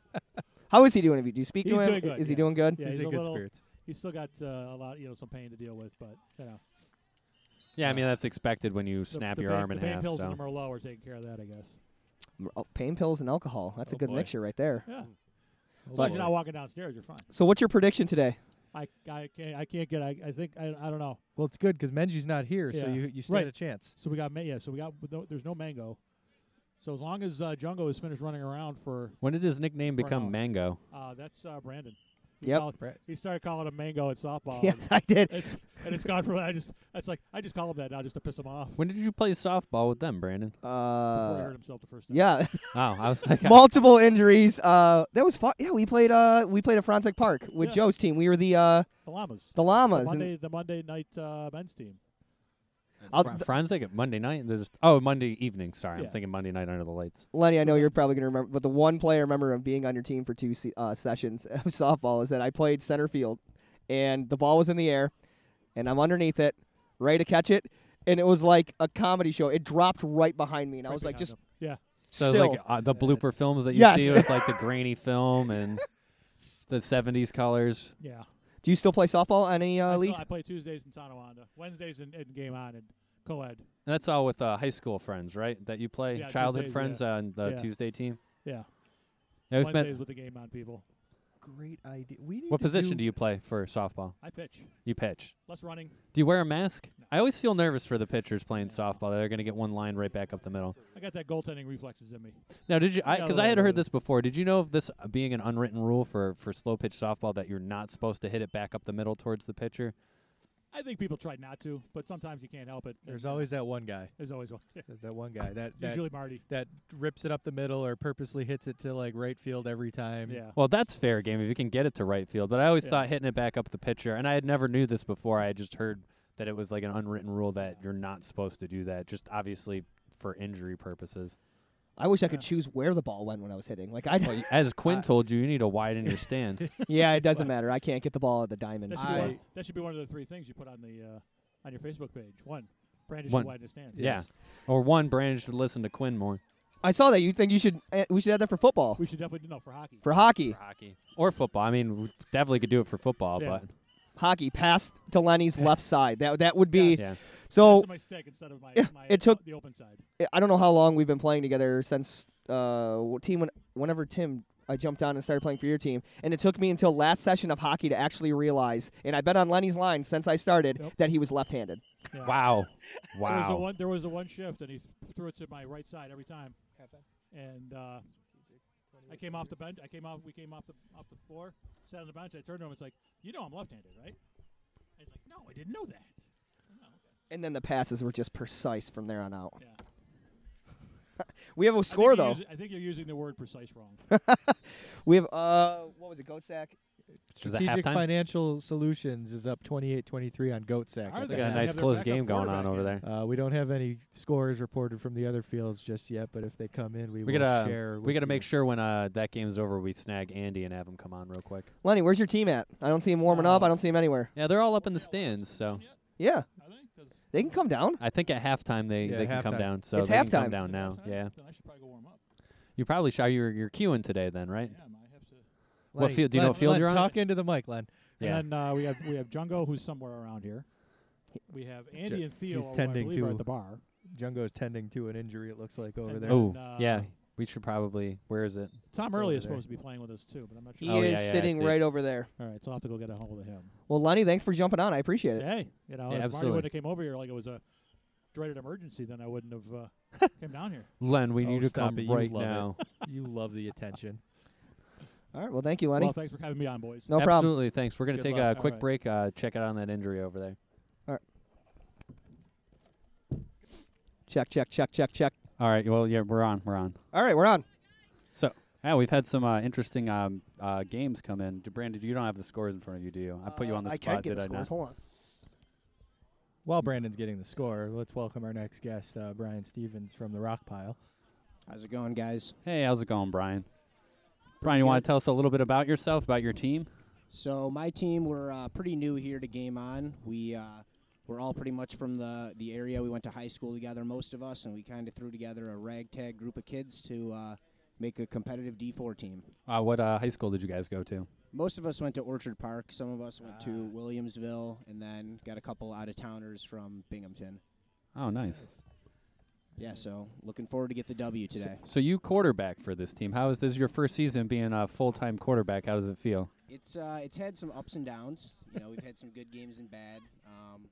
A: How is he doing? Have you- Do you speak to
J: He's
A: him?
J: doing good,
A: is he
J: yeah.
A: doing good?
J: Yeah,
C: he's,
J: he's,
C: in
J: a
C: good
J: little,
C: spirits.
J: He's still got uh, a lot, you know, some pain to deal with, but you know.
B: Yeah, I
J: Yeah.
B: mean that's expected when you
J: the-
B: snap
J: the
B: your
J: pain-
B: arm in
J: the pain
B: half.
J: pills
B: So
J: and the Merlot are taking care of that, I guess.
A: M- oh, pain pills and alcohol. That's a
J: Oh,
A: good
J: boy.
A: mixture right there.
C: Hmm.
J: Yeah. As long
A: But-
J: as you're not walking downstairs, you're fine.
A: Oh, So, what's your prediction today?
J: I, I can't I can't get I, I think I, I don't know.
C: Well, it's good because Menji's not here, so
J: Yeah.
C: you you stand
J: Right.
C: a chance.
J: So we got ma- yeah. So we got no, there's no mango. So as long as uh, Jungo is finished running around for
B: when did his nickname
J: For an
B: become
J: hour.
B: Mango?
J: uh, that's uh, Brandon. He
A: Yep.
J: called- he started calling him mango at Oh, softball.
A: yes, I did.
J: And it's and it's gone from I just that's like I just call him that now just to piss him off.
B: When did you play softball with them, Brandon?
J: before he
A: Uh,
J: hurt himself the first time.
A: yeah,
B: Oh, I was like,
A: multiple injuries. Uh, that was fun. Yeah, we played. Uh, we played at Frantic Park with
J: Yeah.
A: Joe's team. We were the uh,
J: The llamas.
A: the
J: The
A: Llamas. and-
J: Monday the Monday night uh, men's team.
A: I'll-
B: Fr- Franz like Monday night. There's oh Monday evening. Sorry,
J: Yeah.
B: I'm thinking Monday night under the lights.
A: Lenny, I know you're probably gonna remember, but the one play I remember of being on your team for two se- uh, sessions of softball is that I played center field, and the ball was in the air, and I'm underneath it, ready to catch it, and it was like a comedy show. It dropped right behind me, and I
J: Right
A: was like,
J: behind
A: just
J: him. yeah.
B: So it's
A: still.
B: like uh, the blooper films that you
A: Yes.
B: see with like the grainy film and the '70s colors.
J: Yeah.
A: do you still play softball on any
J: I
A: uh,
J: still-
A: leagues?
J: I play Tuesdays in Tonawanda, Wednesdays in, in Game On and co-ed.
B: And that's all with uh, high school friends, right? That you play
J: Yeah,
B: childhood
J: Tuesdays,
B: friends on the
J: Yeah.
B: Tuesday team.
J: Yeah,
B: Yeah, we've
J: Wednesdays
B: met,
J: with the Game On people.
C: Great idea. We need
B: what
C: to
B: position do you play for softball?
J: I pitch.
B: You pitch.
J: Less running.
B: Do you wear a mask? I always feel nervous for the pitchers playing
J: No.
B: softball. They're going to get one line right back up the middle.
J: I got that goaltending reflexes in me.
B: Now, did you?
J: Yeah, a
B: Because
J: little
B: I had
J: bit, a
B: heard
J: little
B: this before. Did you know of this uh, being an unwritten rule for for slow pitch softball that you're not supposed to hit it back up the middle towards the pitcher?
J: I think people try not to, but sometimes you can't help it.
C: There's
J: And, uh,
C: always that one guy.
J: there's always one.
C: There's that one guy that that,
J: Usually Marty.
C: that rips it up the middle or purposely hits it to like right field every time.
J: Yeah.
B: Well, that's fair game if you can get it to right field. But I always
J: Yeah.
B: thought hitting it back up the pitcher, and I had never knew this before. I had just heard that it was like an unwritten rule that you're not supposed to do that. Just obviously for injury purposes.
A: I wish I could
J: Yeah.
A: choose where the ball went when I was Uh, hitting. Like I,
B: Well, as Quinn
C: I-
B: told you, you need to widen your stance.
A: yeah, it doesn't matter. I can't get the ball at the diamond.
J: That
A: so-
J: should, be one,
C: I-
J: that should be one of the three things you put on the uh, on your Facebook page. One, Brandon
B: One.
J: should widen his stance.
B: Yeah. Or one, Brandon should listen to Quinn more.
A: I saw that. You think you should? eh, We should add that for football,
J: We should definitely do no for hockey.
A: for hockey,
B: for hockey or football. I mean, we definitely could do it for football,
J: Yeah.
A: hockey. Pass to Lenny's left side. That that would be
B: but yeah,
A: so.
J: To my stick instead of my,
A: Yeah,
J: my
A: it took-
J: the open side.
A: I- I don't know how long we've been playing together since uh, w- team when, whenever Tim I jumped on and started playing for your team, and it took me until last session of hockey to actually realize. And I've been on Lenny's line since I started
J: Yep.
A: that he was left-handed.
J: Yeah.
B: Wow.
J: There was, the
B: Wow.
J: one, there was the one shift, and he threw it to my right side every time. And uh, I came off the bench. I came off. We came off the off the floor. Sat on the bench. I turned to him. It's like, you know, I'm left-handed, right? And he's like, no, I didn't know that.
A: And then the passes were just precise from there on out.
J: Yeah.
A: we have a
J: I think
A: score
J: you're
A: though.
J: usi- I think you're using the word precise wrong.
A: we have uh, what was it, Goat Sack?
B: Is it
C: Strategic
B: halftime?
C: Financial Solutions is up 28-23 on Goat Sack.
J: Are
C: I
B: They
J: they?
C: think.
B: got a
J: They
B: nice
J: have their
B: close
J: backup
B: game going on
J: quarterback
B: over
J: in.
B: there.
C: Uh, we don't have any scores reported from the other fields just yet, but if they come in, we,
B: We
C: will
B: gotta
C: share.
B: we
C: with
B: gotta
C: you.
B: make sure when uh, that game's over, we snag Andy and have him come on real quick.
A: Lenny, where's your team at? I don't see him warming up. I don't see him anywhere.
B: Yeah, they're all up in the stands, so
A: Yeah,
J: Are they? 'Cause
A: they can come down.
B: I think at halftime they,
C: Yeah,
B: they
C: at
B: can come
C: halftime.
B: down. So
A: It's
B: they can come
A: halftime.
B: down now.
J: halftime,
B: Yeah,
J: Then I should probably go warm up.
B: you probably shot your your queuing today then, right?
J: Yeah, I might have to.
B: What
C: Lenny,
B: field- do you know
C: Len-
B: what field
C: Len,
B: you're on?
C: Talk into the mic, Len.
B: Yeah.
J: And then uh, we have we have Jungo, who's somewhere around here. We have Andy and Theo,
C: he's
J: who I
C: tending
J: believe, are
C: to
J: at the bar.
C: Jungo's tending to an injury. It looks like over
J: And
C: there.
J: then,
B: Oh
J: uh,
B: yeah, we should probably. Where is it?
J: Tom
C: over
J: Early is
C: there.
J: supposed to be playing with us too, but I'm not
A: He
J: sure.
B: Oh,
A: is
B: yeah, yeah, I
A: sitting
B: see.
A: right over there.
J: All right, so I'll have to go get a hold of him.
A: Well, Lenny, thanks for jumping on. I appreciate it.
J: Hey, you know,
B: Yeah,
J: if
B: absolutely.
J: Marty wouldn't have came over here like it was a dreaded emergency, then I wouldn't have uh, came down here.
B: Len, we
C: Oh,
B: need to
C: stop
B: come
C: it, you
B: right
C: love it.
B: now.
C: you love the attention.
A: All right. Well, thank you, Lenny.
J: Well, thanks for having me on, boys.
A: no problem.
B: Absolutely, thanks. We're gonna
J: Good
B: take
J: luck.
B: a
J: All
B: quick
J: right.
B: break. Uh, check out on that injury over there.
A: Check, check, check, check, check.
B: All right. Well, Oh, yeah, we're on. We're on.
A: All right, we're on.
B: Yeah, we've had some uh, interesting um, uh, games come in. D- Brandon, you don't have the scores in front of you, do you? I put you
A: Uh,
B: on the
A: I can
B: spot.
A: get
B: did
A: the
B: I
A: scores.
B: not?
A: Hold on.
C: While Brandon's getting the score, let's welcome our next guest, uh, Brian Stevens from the Rock Pile.
K: How's it going, guys?
B: Hey, how's it going, Brian? Brian, you want to tell us a little bit about yourself, about your team?
K: So my team, we're uh, pretty new here to Game On. We uh, we're all pretty much from the the area. We went to high school together, most of us, and we kind of threw together a ragtag group of kids to uh, make a competitive D4 team.
B: Uh, what uh, high school did you guys go to?
K: Most of us went to Orchard Park. Some of us went to
C: Ah.
K: Williamsville, and then got a couple out of towners from Binghamton.
B: Oh, nice.
K: Yeah, so looking forward to get the W
B: So,
K: today.
B: so you quarterback for this team. How is this your first season being a full-time quarterback? How does it feel?
K: It's uh, it's had some ups and downs. You know, we've had some good games and bad. Um,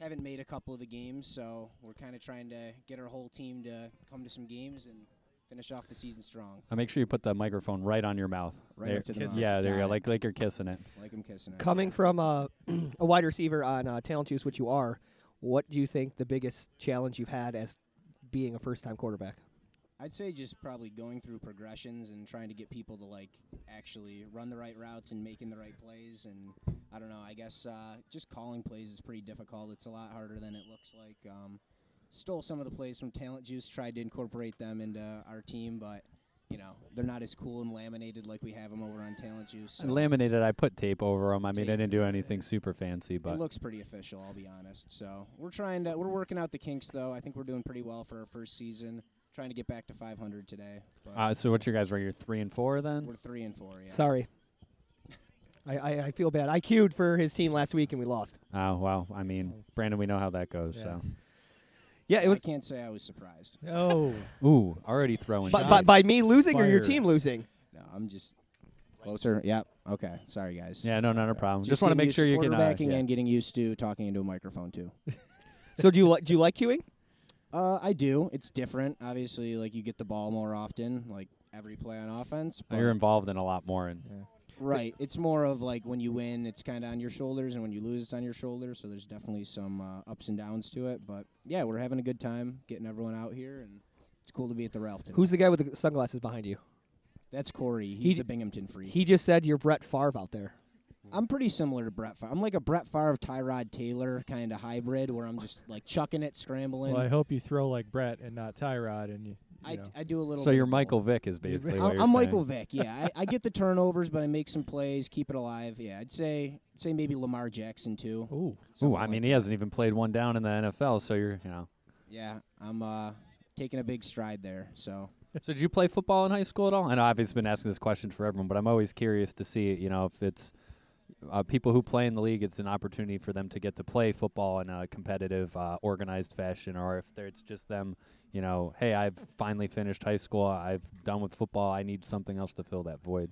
K: haven't made a couple of the games, so we're kind of trying to get our whole team to come to some games and finish off the season strong.
B: Uh, make sure you put the microphone right on your mouth.
K: Right
B: there.
K: up to the mouth.
B: Yeah, there you
K: Got
B: go.
K: it.
B: Like, like you're kissing it.
K: Like I'm kissing her.
A: Coming from uh, a wide receiver on uh, Talent Juice, which you are, what do you think the biggest challenge you've had as being a first-time quarterback?
K: I'd say just probably going through progressions and trying to get people to like actually run the right routes and making the right plays. And I don't know. I guess uh, just calling plays is pretty difficult. It's a lot harder than it looks like. Um, stole some of the plays from Talent Juice. Tried to incorporate them into our team, but you know they're not as cool and laminated like we have them over on Talent Juice.
B: And
K: so
B: laminated, I put tape over them. I mean, I
K: Tape.
B: didn't do anything super fancy,
K: it
B: but
K: looks pretty official. I'll be honest. So we're trying to we're working out the kinks though. I think we're doing pretty well for our first season. Trying to get back to 500 today. But
B: uh, so what's your guys' record? Three and four then?
K: we're three and four. Yeah.
A: Sorry. I, I, I feel bad. I queued for his team last week and we lost.
B: Oh wow! I mean, Brandon, we know how that goes.
C: Yeah.
A: Yeah, it was
K: I can't say I was surprised.
C: Oh,
B: So, ooh, already throwing.
A: by,
B: shots.
A: by, by me losing or your
C: Fire.
A: team losing.
K: No, I'm just closer. Yep. Okay. Sorry, guys.
B: yeah, no, not a problem. Just,
K: Just
B: want to
K: getting
B: make
K: used
B: sure you can. Uh,
K: quarterbacking
B: yeah.
K: and getting used to talking into a microphone too.
A: So do you li- do you like queuing?
K: Uh, I do. It's different, obviously. Like you get the ball more often, like every play on offense.
B: Oh, you're
K: but-
B: involved in a lot more, and
K: right. It's more of like when you win, it's kind of on your shoulders, and when you lose, it's on your shoulders. So there's definitely some uh, ups and downs to it. But yeah, we're having a good time getting everyone out here, and it's cool to be at the Ralph. today.
A: Who's the guy with the sunglasses behind you?
K: That's Corey. He's
A: He d-
K: the Binghamton freak.
A: He just said you're Brett Favre out there.
K: I'm pretty similar to Brett Favre. I'm like a Brett Favre, Tyrod Taylor kind of hybrid, where I'm just like chucking it, scrambling.
C: well, I hope you throw like Brett and not Tyrod, and you, you
K: I,
C: know.
K: I do a little.
B: so
K: bit
B: you're
K: of both.
B: Michael Vick is basically what
K: I'm,
B: you're
K: I'm
B: saying.
K: Michael Vick. Yeah, I, I get the turnovers, but I make some plays, keep it alive. Yeah, I'd say I'd say maybe Lamar Jackson too.
C: Ooh,
B: Ooh,
K: something
B: I
K: like
B: mean, he hasn't even played one down in the NFL. So you're, you know.
K: Yeah, I'm uh, taking a big stride there. So
B: so did you play football in high school at all? I know I've always been asking this question for everyone, but I'm always curious to see, you know, if it's uh, people who play in the league, it's an opportunity for them to get to play football in a competitive, uh, organized fashion, or if they're- it's just them, you know, hey, I've finally finished high school, I've done with football, I need something else to fill that void.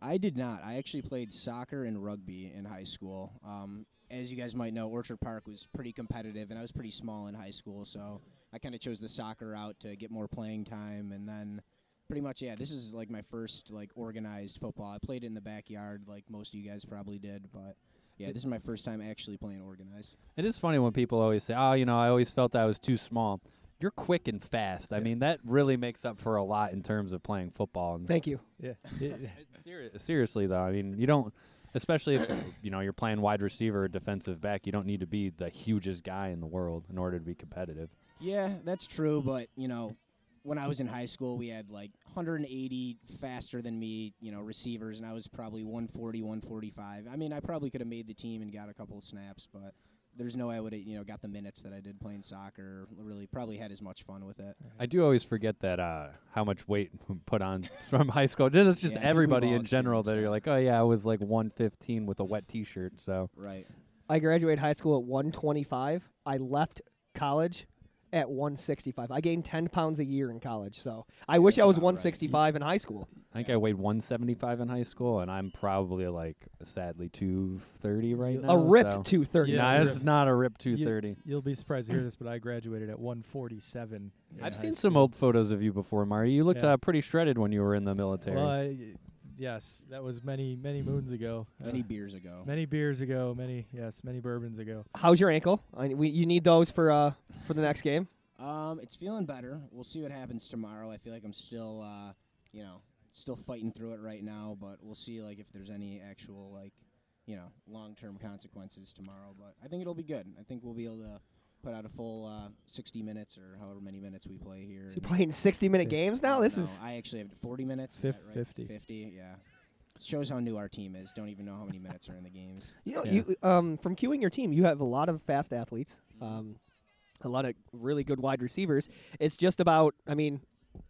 K: I did not. I actually played soccer and rugby in high school. Um, as you guys might know, Orchard Park was pretty competitive, and I was pretty small in high school, so I kind of chose the soccer route to get more playing time. And then, pretty much, yeah, this is like my first like organized football. I played in the backyard, like most of you guys probably did, but yeah, this is my first time actually playing organized.
B: It is funny when people always say, "Oh, you know, I always felt I was too small." You're quick and fast. I mean, that really makes up for a lot in terms of playing football. And
A: Thank you.
C: Yeah.
B: Seri- seriously though, I mean, you don't, especially if you know you're playing wide receiver or defensive back, you don't need to be the hugest guy in the world in order to be competitive.
K: Yeah, that's true, but you know, when I was in high school, we had like 180 faster than me, you know, receivers, and I was probably 140, 145. I mean, I probably could have made the team and got a couple of snaps, but there's no way I would have, you know, got the minutes that I did playing soccer. Really, probably had as much fun with it.
B: I do always forget that uh, how much weight put on from high school. It's just
K: Yeah, I think we've
B: everybody
K: all
B: in general that you're like, oh yeah, I was like 115 with a wet T-shirt. So
K: right,
A: I graduated high school at 125. I left college at 165. I gained 10 pounds a year in college, so I wish I was 165 in high school.
B: I think I weighed 175 in high school, and I'm probably like sadly 230 right now.
A: A ripped
B: so-
A: 230.
B: Nah, it's not a rip
C: You-
B: 230.
C: You'll be surprised to hear this, but I graduated at 147. in
B: I've
C: high
B: seen some old photos of you before, Marty. You looked
C: Yeah.
B: uh, pretty shredded when you were in the military.
C: Well, I- yes, that was many, many moons ago. Uh,
K: Many beers ago.
C: Many beers ago. Many, yes, many bourbons ago.
A: How's your ankle? I, we, you need those for uh for the next game.
K: Um, it's feeling better. We'll see what happens tomorrow. I feel like I'm still, uh, you know, still fighting through it right now, but we'll see like if there's any actual like, you know, long-term consequences tomorrow. But I think it'll be good. I think we'll be able to put out a full uh, 60 minutes or however many minutes we play here.
A: You're playing 60 minute games now. This
K: No,
A: is
K: I actually have 40 minutes. is
A: Fif-
K: that right?
A: 50.
K: 50. Yeah. Shows how new our team is. Don't even know how many minutes are in the games.
A: You know, you um, from queuing your team, you have a lot of fast athletes, um, a lot of really good wide receivers. It's just about, I mean,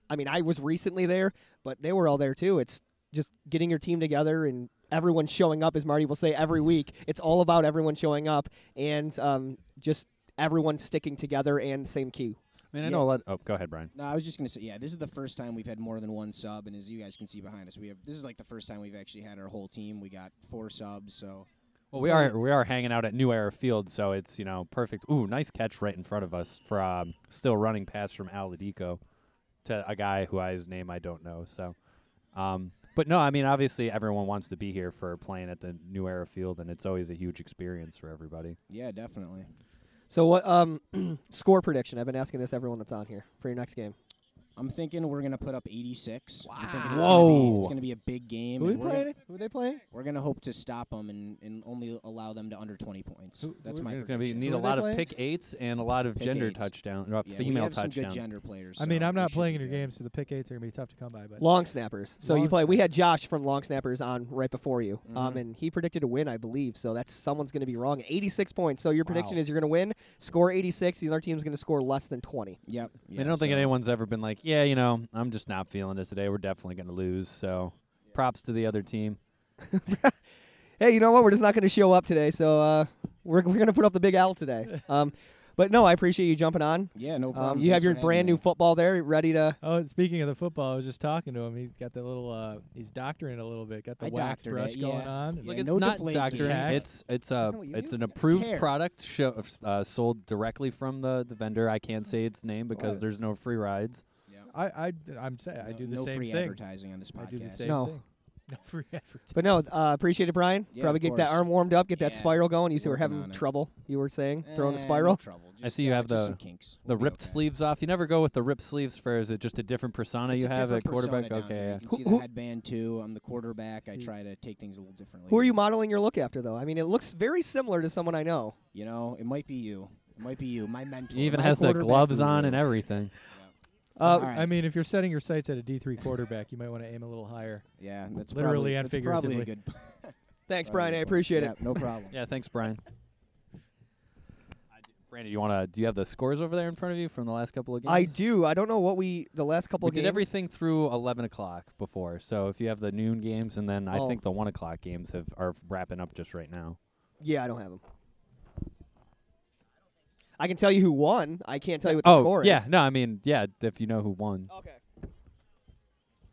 A: I mean, I was recently there, but they were all there too. It's just getting your team together and everyone showing up, as Marty will say every week. It's all about everyone showing up and um, just everyone sticking together and same cue.
B: I mean, I know a lot. Oh, go ahead, Brian.
K: No, I was just gonna say, yeah, this is the first time we've had more than one sub, and as you guys can see behind us, we have this is like the first time we've actually had our whole team. We got four subs, so
B: Well, we are we are hanging out at New Era Field, so it's you know perfect. Ooh, nice catch right in front of us from still running pass from Aladico to a guy who I, his name I don't know. So, um, but no, I mean obviously everyone wants to be here for playing at the New Era Field, and it's always a huge experience for everybody.
K: yeah, definitely.
A: So what um, score prediction? I've been asking this everyone that's on here for your next game.
K: I'm thinking we're gonna put up 86. Wow!
A: Whoa.
K: it's gonna be a big game.
A: Who
K: and
A: we
K: we're
A: playing?
K: Gonna,
A: Who they playing?
K: We're gonna hope to stop them and, and only allow them to under 20 points. That's my.
B: There's gonna be
K: prediction.
B: need a lot of pick eights and a lot of
K: Pick
B: gender
K: eights.
B: touchdown, uh,
K: Yeah, we
B: female
K: have some good
B: touchdowns.
K: gender players,
C: I mean, I'm not playing in your game, so the pick eights are gonna be tough to come by. But
A: long snappers. So you
C: Long
A: play. We had Josh from long snappers on right before you, um,
C: Mhm.
A: and he predicted a win, I believe. So that's someone's going to be wrong. 86 points. So your prediction
B: Wow.
A: is you're going to win, score 86. The other team's going to score less than 20.
K: Yep.
B: I, mean, I don't think
A: so-
B: anyone's ever been like, yeah, you know, I'm just not feeling it today. We're definitely going to lose. So, props to the other team.
A: Hey, you know what? We're just not going to show up today. So uh, we're we're going to put up the big L today. Um, but no, I appreciate you jumping on.
K: Yeah, no
A: Um,
C: problem.
A: you have
C: Thanks
A: your
C: for having
A: brand
C: me.
A: new football there, ready
K: uh,
A: to.
C: Oh, and speaking of the football, I was just talking to him. He's got the little, uh, he's doctoring a little bit. Got the
K: I
C: wax
K: doctored
C: brush
K: it,
C: going
K: yeah.
C: on.
K: Look, Yeah, it's no not deflate
B: Doctor,
K: Tack.
B: it's it's a
K: Isn't that what you
B: it's
K: do?
B: an
K: It's
B: approved
K: care.
B: product show, uh, sold directly from the, the vendor. I can't say its name because
C: Oh.
B: there's no free rides.
C: I, I, I'm saying I
K: No-
C: do the
K: no
C: same
K: free
C: thing.
K: advertising on this
C: I do the
K: podcast.
C: same
A: No.
C: thing. No free advertising.
A: But no, uh, appreciate it, Brian.
C: Yeah,
A: Probably
C: of
A: get that
C: course.
A: arm warmed up, get that
C: Yeah,
A: spiral going. You were
B: working
A: having
B: on it.
A: trouble. You were saying throwing a
B: Eh, no
A: spiral.
K: trouble.
B: I see you have the the ripped sleeves off. You never go with the ripped sleeves for. Is it just a different persona
K: It's
B: you
K: a
B: have at
K: different persona down
B: quarterback?
K: there. You
B: Okay, yeah.
K: can see the headband too. I'm the quarterback. I try to take things a little differently.
A: Who are you modeling your look after, though? I mean, it looks very similar to someone I know.
K: You know, it might be you. It might be you. My mentor.
B: He even
K: my
B: has the
K: quarterback
B: gloves
K: guru.
B: on and everything.
A: Uh,
C: I mean, if you're setting your sights at a D3 quarterback, you might want to aim a little higher.
K: Yeah, that's
C: literally
K: probably,
C: and
K: that's
C: figuratively.
K: probably a good.
A: Thanks,
K: Probably
A: Brian. I
K: a good-
A: appreciate
K: yeah,
A: it.
K: No problem.
B: Yeah, thanks, Brian. Brandon, you want to? Do you have the scores over there in front of you from the last couple of games?
A: I do. I don't know what we the last couple
B: we
A: of
B: did
A: games.
B: everything through 11 o'clock before so if you have the noon games and then
A: Oh.
B: i think the 1 o'clock games have, are wrapping up just right now
A: Yeah, I don't have them. I can tell you who won. I can't tell you what the
B: oh
A: score
B: yeah
A: is.
B: no i mean yeah if you know who won
A: okay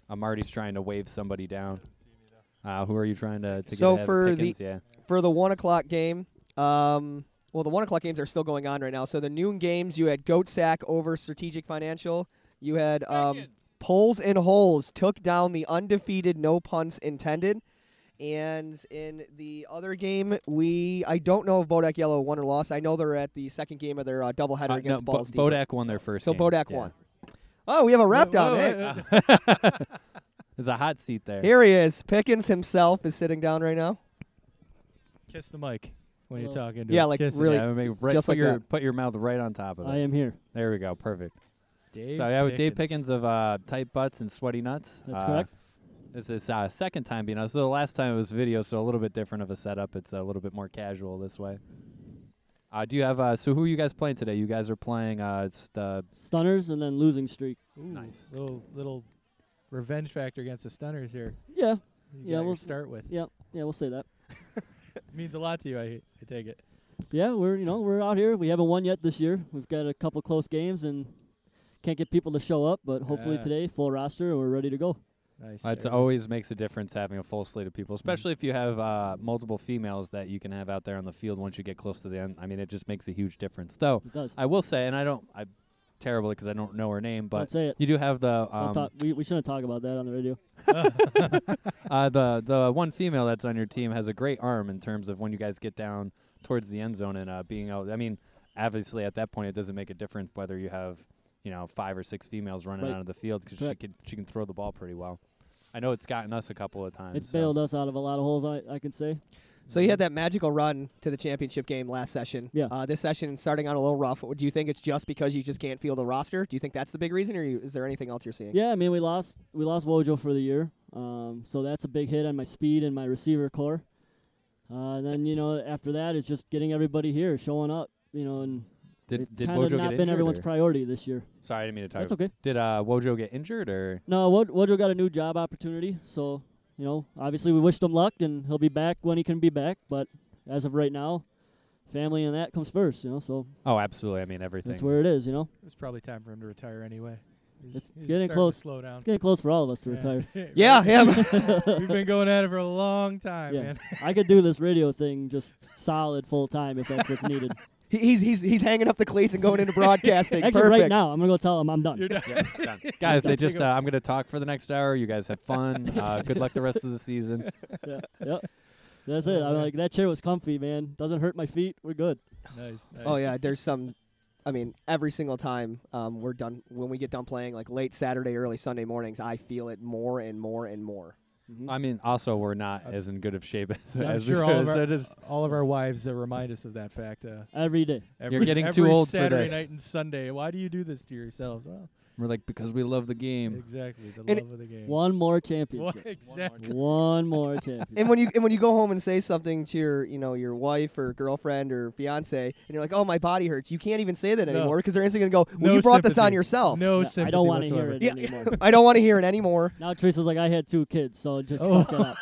B: i'm already trying to wave somebody down uh, who are you trying to, to get
A: so
B: ahead of?
A: for
B: Pickens?
A: the
B: yeah
A: for the one o'clock game, um, well, the one o'clock games are still going on right now. So the noon games, you had Goat Sack over Strategic Financial. You had um, Poles and Holes took down the undefeated No Punts Intended. And in the other game, we I don't know if Bodak Yellow won or lost. I know they're at the second game of their uh, doubleheader
B: Uh, no,
A: against
B: Bo-
A: Balls. Deep.
B: bodak won their first
A: So
B: game,
A: Bodak
B: yeah.
A: won. Oh, we have a wrap down.
B: Uh,
A: Hey.
B: there's a hot seat there
A: Here he is. Pickens himself is sitting down right now.
C: Kiss the mic when you're
A: Hello.
C: talking.
A: Yeah, like
C: Kiss it.
A: really,
B: yeah, make- right,
A: just
B: put
A: like
B: your
A: that.
B: put your mouth right on top of it
A: I am
G: here.
B: there we go perfect
C: Dave
B: so yeah, with Dave Pickens of uh, Tight Butts and Sweaty Nuts.
G: That's
B: Uh,
G: correct.
B: This is uh, second time being on. So the last time it was video, so a little bit different of a setup. It's a little bit more casual this way. Uh, do you have uh, so who are you guys playing today? You guys are playing uh, it's the
L: Stunners and then losing streak.
C: nice little little revenge factor against the Stunners here.
L: Yeah.
C: You
L: yeah,
C: got
L: we'll
C: your start with.
L: Yeah, yeah, we'll say that.
C: means a lot to you. I I take it.
L: Yeah, we're you know we're out here. We haven't won yet this year. We've got a couple close games and can't get people to show up. But hopefully
B: Yeah.
L: today, full roster, we're ready to go.
C: Nice.
B: It always makes a difference having a full slate of people, especially if you have uh, multiple females that you can have out there on the field once you get close to the end. I mean, it just makes a huge difference. Though
L: It does.
B: I will say, and I don't, I'm terrible because I don't know her name, but
L: say it.
B: you do have the
L: Don't
B: um,
L: talk- we we shouldn't talk about that on the radio.
B: uh, the the one female that's on your team has a great arm in terms of when you guys get down towards the end zone and uh, being out. I mean, obviously at that point it doesn't make a difference whether you have you know five or six females running
L: Right.
B: out of the field because she
L: Correct.
B: can she can throw the ball pretty well. I know it's gotten us a couple of times.
L: It's
B: so.
L: bailed us out of a lot of holes. I I can say.
A: So you had that magical run to the championship game last session.
L: Yeah.
A: Uh, this session starting out a little rough. Do you think it's just because you just can't field a roster? Do you think that's the big reason, or you, is there anything else you're seeing?
L: Yeah, I mean we lost we lost Wojo for the year, um, so that's a big hit on my speed and my receiver core. Uh, and then you know after that it's just getting everybody here, showing up, you know, and
B: Did-
L: it's
B: did
L: kinda
B: Wojo get
L: not been
B: injured
L: everyone's
B: or-
L: priority this year.
B: Sorry, I didn't mean to talk.
L: That's okay.
B: Did uh, Wojo get injured or?
L: No, Wod- Wojo got a new job opportunity, so you know obviously we wished him luck and he'll be back when he can be back. But as of right now, family and that comes first, you know. So
B: Oh, absolutely. I mean everything.
L: that's where it is, you know.
C: It's probably time for him to retire anyway. He's,
L: It's
C: he's starting
L: getting
C: to
L: close.
C: slow down.
L: It's getting close for all of us to retire.
A: Yeah, him.
C: We've been going at it for a long time,
L: Yeah.
C: man.
L: I could do this radio thing just solid full time if that's what's needed.
A: He- He's he's he's hanging up the cleats and going into broadcasting.
L: Actually,
A: Perfect.
L: right now, I'm gonna go tell him I'm done.
B: guys, they
L: Take
B: just.
L: a-
B: Uh, I'm gonna talk for the next hour. You guys have fun. uh, good luck the rest of the season.
L: yeah, yep. That's it. I'm like that chair was comfy, man. Doesn't hurt my feet. We're good.
C: Nice,
A: Oh yeah, there's some. I mean, every single time um, we're done when we get done playing, like late Saturday, early Sunday mornings, I feel it more and more and more.
L: Mm-hmm.
B: I mean, also we're
L: Uh,
B: not as in good of shape as,
C: I'm
B: as
C: sure
B: we
C: all of,
B: could,
C: our,
B: so just-
C: all of our wives uh, remind us of that fact. Uh,
L: Every day.
C: every,
B: You're getting
C: every
B: too old for
C: Saturday
B: this.
C: night and Sunday. Why do you do this to yourselves? Well,
B: We're like because we love the game.
C: exactly. The
A: And it-
C: love of the game.
L: One more
C: One-
L: championship.
C: exactly.
L: One more championship.
A: And when you and when you go home and say something to your you know your wife or girlfriend or fiance, and you're like, "Oh, my body hurts," you can't even say that
C: No.
A: anymore because they're instantly gonna go, "Well,
C: No
A: you brought this on
C: sympathy.
A: yourself."
C: No
L: Yeah, I
C: sympathy
L: don't want to hear
C: whatsoever.
L: it
A: Yeah.
L: anymore.
A: I don't want to hear it anymore.
L: now Teresa's like, I had two kids, so just
A: Oh.
L: suck that up.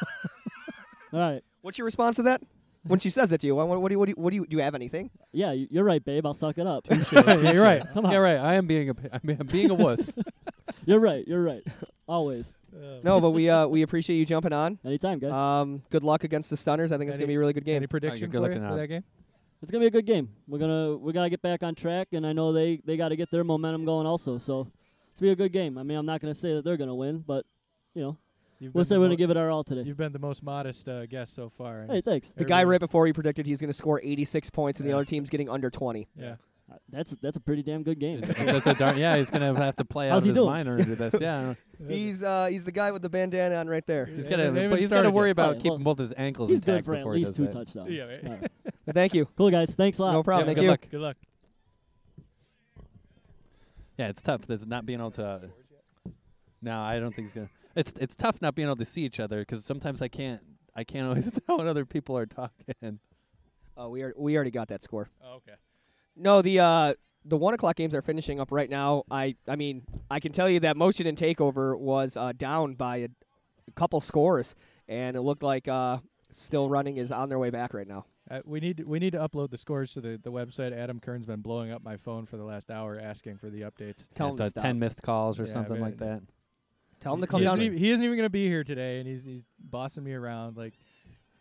L: All right.
A: What's your response to that when she says it to you? What, what, do you, what do you what do you do you have anything?
L: Yeah, y- you're right, babe. I'll suck it up.
B: yeah, you're right.
L: Come on.
B: Yeah, right. I am being a p- I mean, I'm being a wuss.
L: You're right. You're right. Always.
A: No, but we uh, we appreciate you jumping on.
L: Anytime, guys.
A: Um, good luck against the Stunners. I think it's
C: Any-
A: gonna be a really Oh, good game.
C: Any prediction
B: good
C: for,
B: luck
C: you
B: in
C: for
B: that.
C: that game?
L: it's gonna be a good game. We're gonna we gotta get back on track, and I know they they gotta get their momentum going also. So it's gonna be a good game. I mean, I'm not gonna say that they're gonna win, but you know,
C: You've
L: we'll
C: been the
L: say we're
C: mo-
L: gonna give it our all today.
C: You've been the most modest uh, guest so far. and
L: Hey, thanks.
A: The guy
C: everybody-
A: right before he predicted he's gonna score 86 points, and the
C: Yeah.
A: other team's getting under 20.
C: Yeah.
L: Uh, That's that's a pretty damn good game.
B: That's a darn, yeah, he's gonna have to play out
L: How's
B: of
L: he
B: his
L: doing?
B: mind under this. Yeah, I don't-
A: He's uh, he's the guy with the bandana on right there.
B: he's
C: They
B: gotta.
C: haven't- they
B: But
C: haven't
B: he's gotta
C: started
B: worry
C: yet.
B: about
L: Alright, well,
B: keeping both his ankles
L: He's good
B: intact
L: for at
B: before he
L: least
B: does
L: two
B: that.
L: touchdowns.
C: Yeah, right.
L: All right.
A: Thank you.
L: Cool guys, thanks a lot.
A: No problem.
B: Yeah,
A: Thank
B: good
A: you.
B: luck.
C: Good luck.
B: Yeah, it's tough. This not being able to. no, I don't think he's gonna. It's it's tough not being able to see each other because sometimes I can't. I can't always tell when other people are talking.
A: Oh, we are, we already got that score.
C: Oh, okay.
A: No, the uh, the one o'clock games are finishing up right now. I I mean, I can tell you that motion and takeover was uh, down by a, a couple scores, and it looked like uh, still running is on their way back right now.
C: Uh, we need we need to upload the scores to the, the website. Adam Kern's been blowing up my phone for the last hour asking for the updates.
A: Tell him to
B: It's, uh, 10 missed calls or something like that.
A: Tell him to
C: He
A: come
C: isn't
A: down.
C: even- he isn't even going to be here today, and he's he's bossing me around. Like,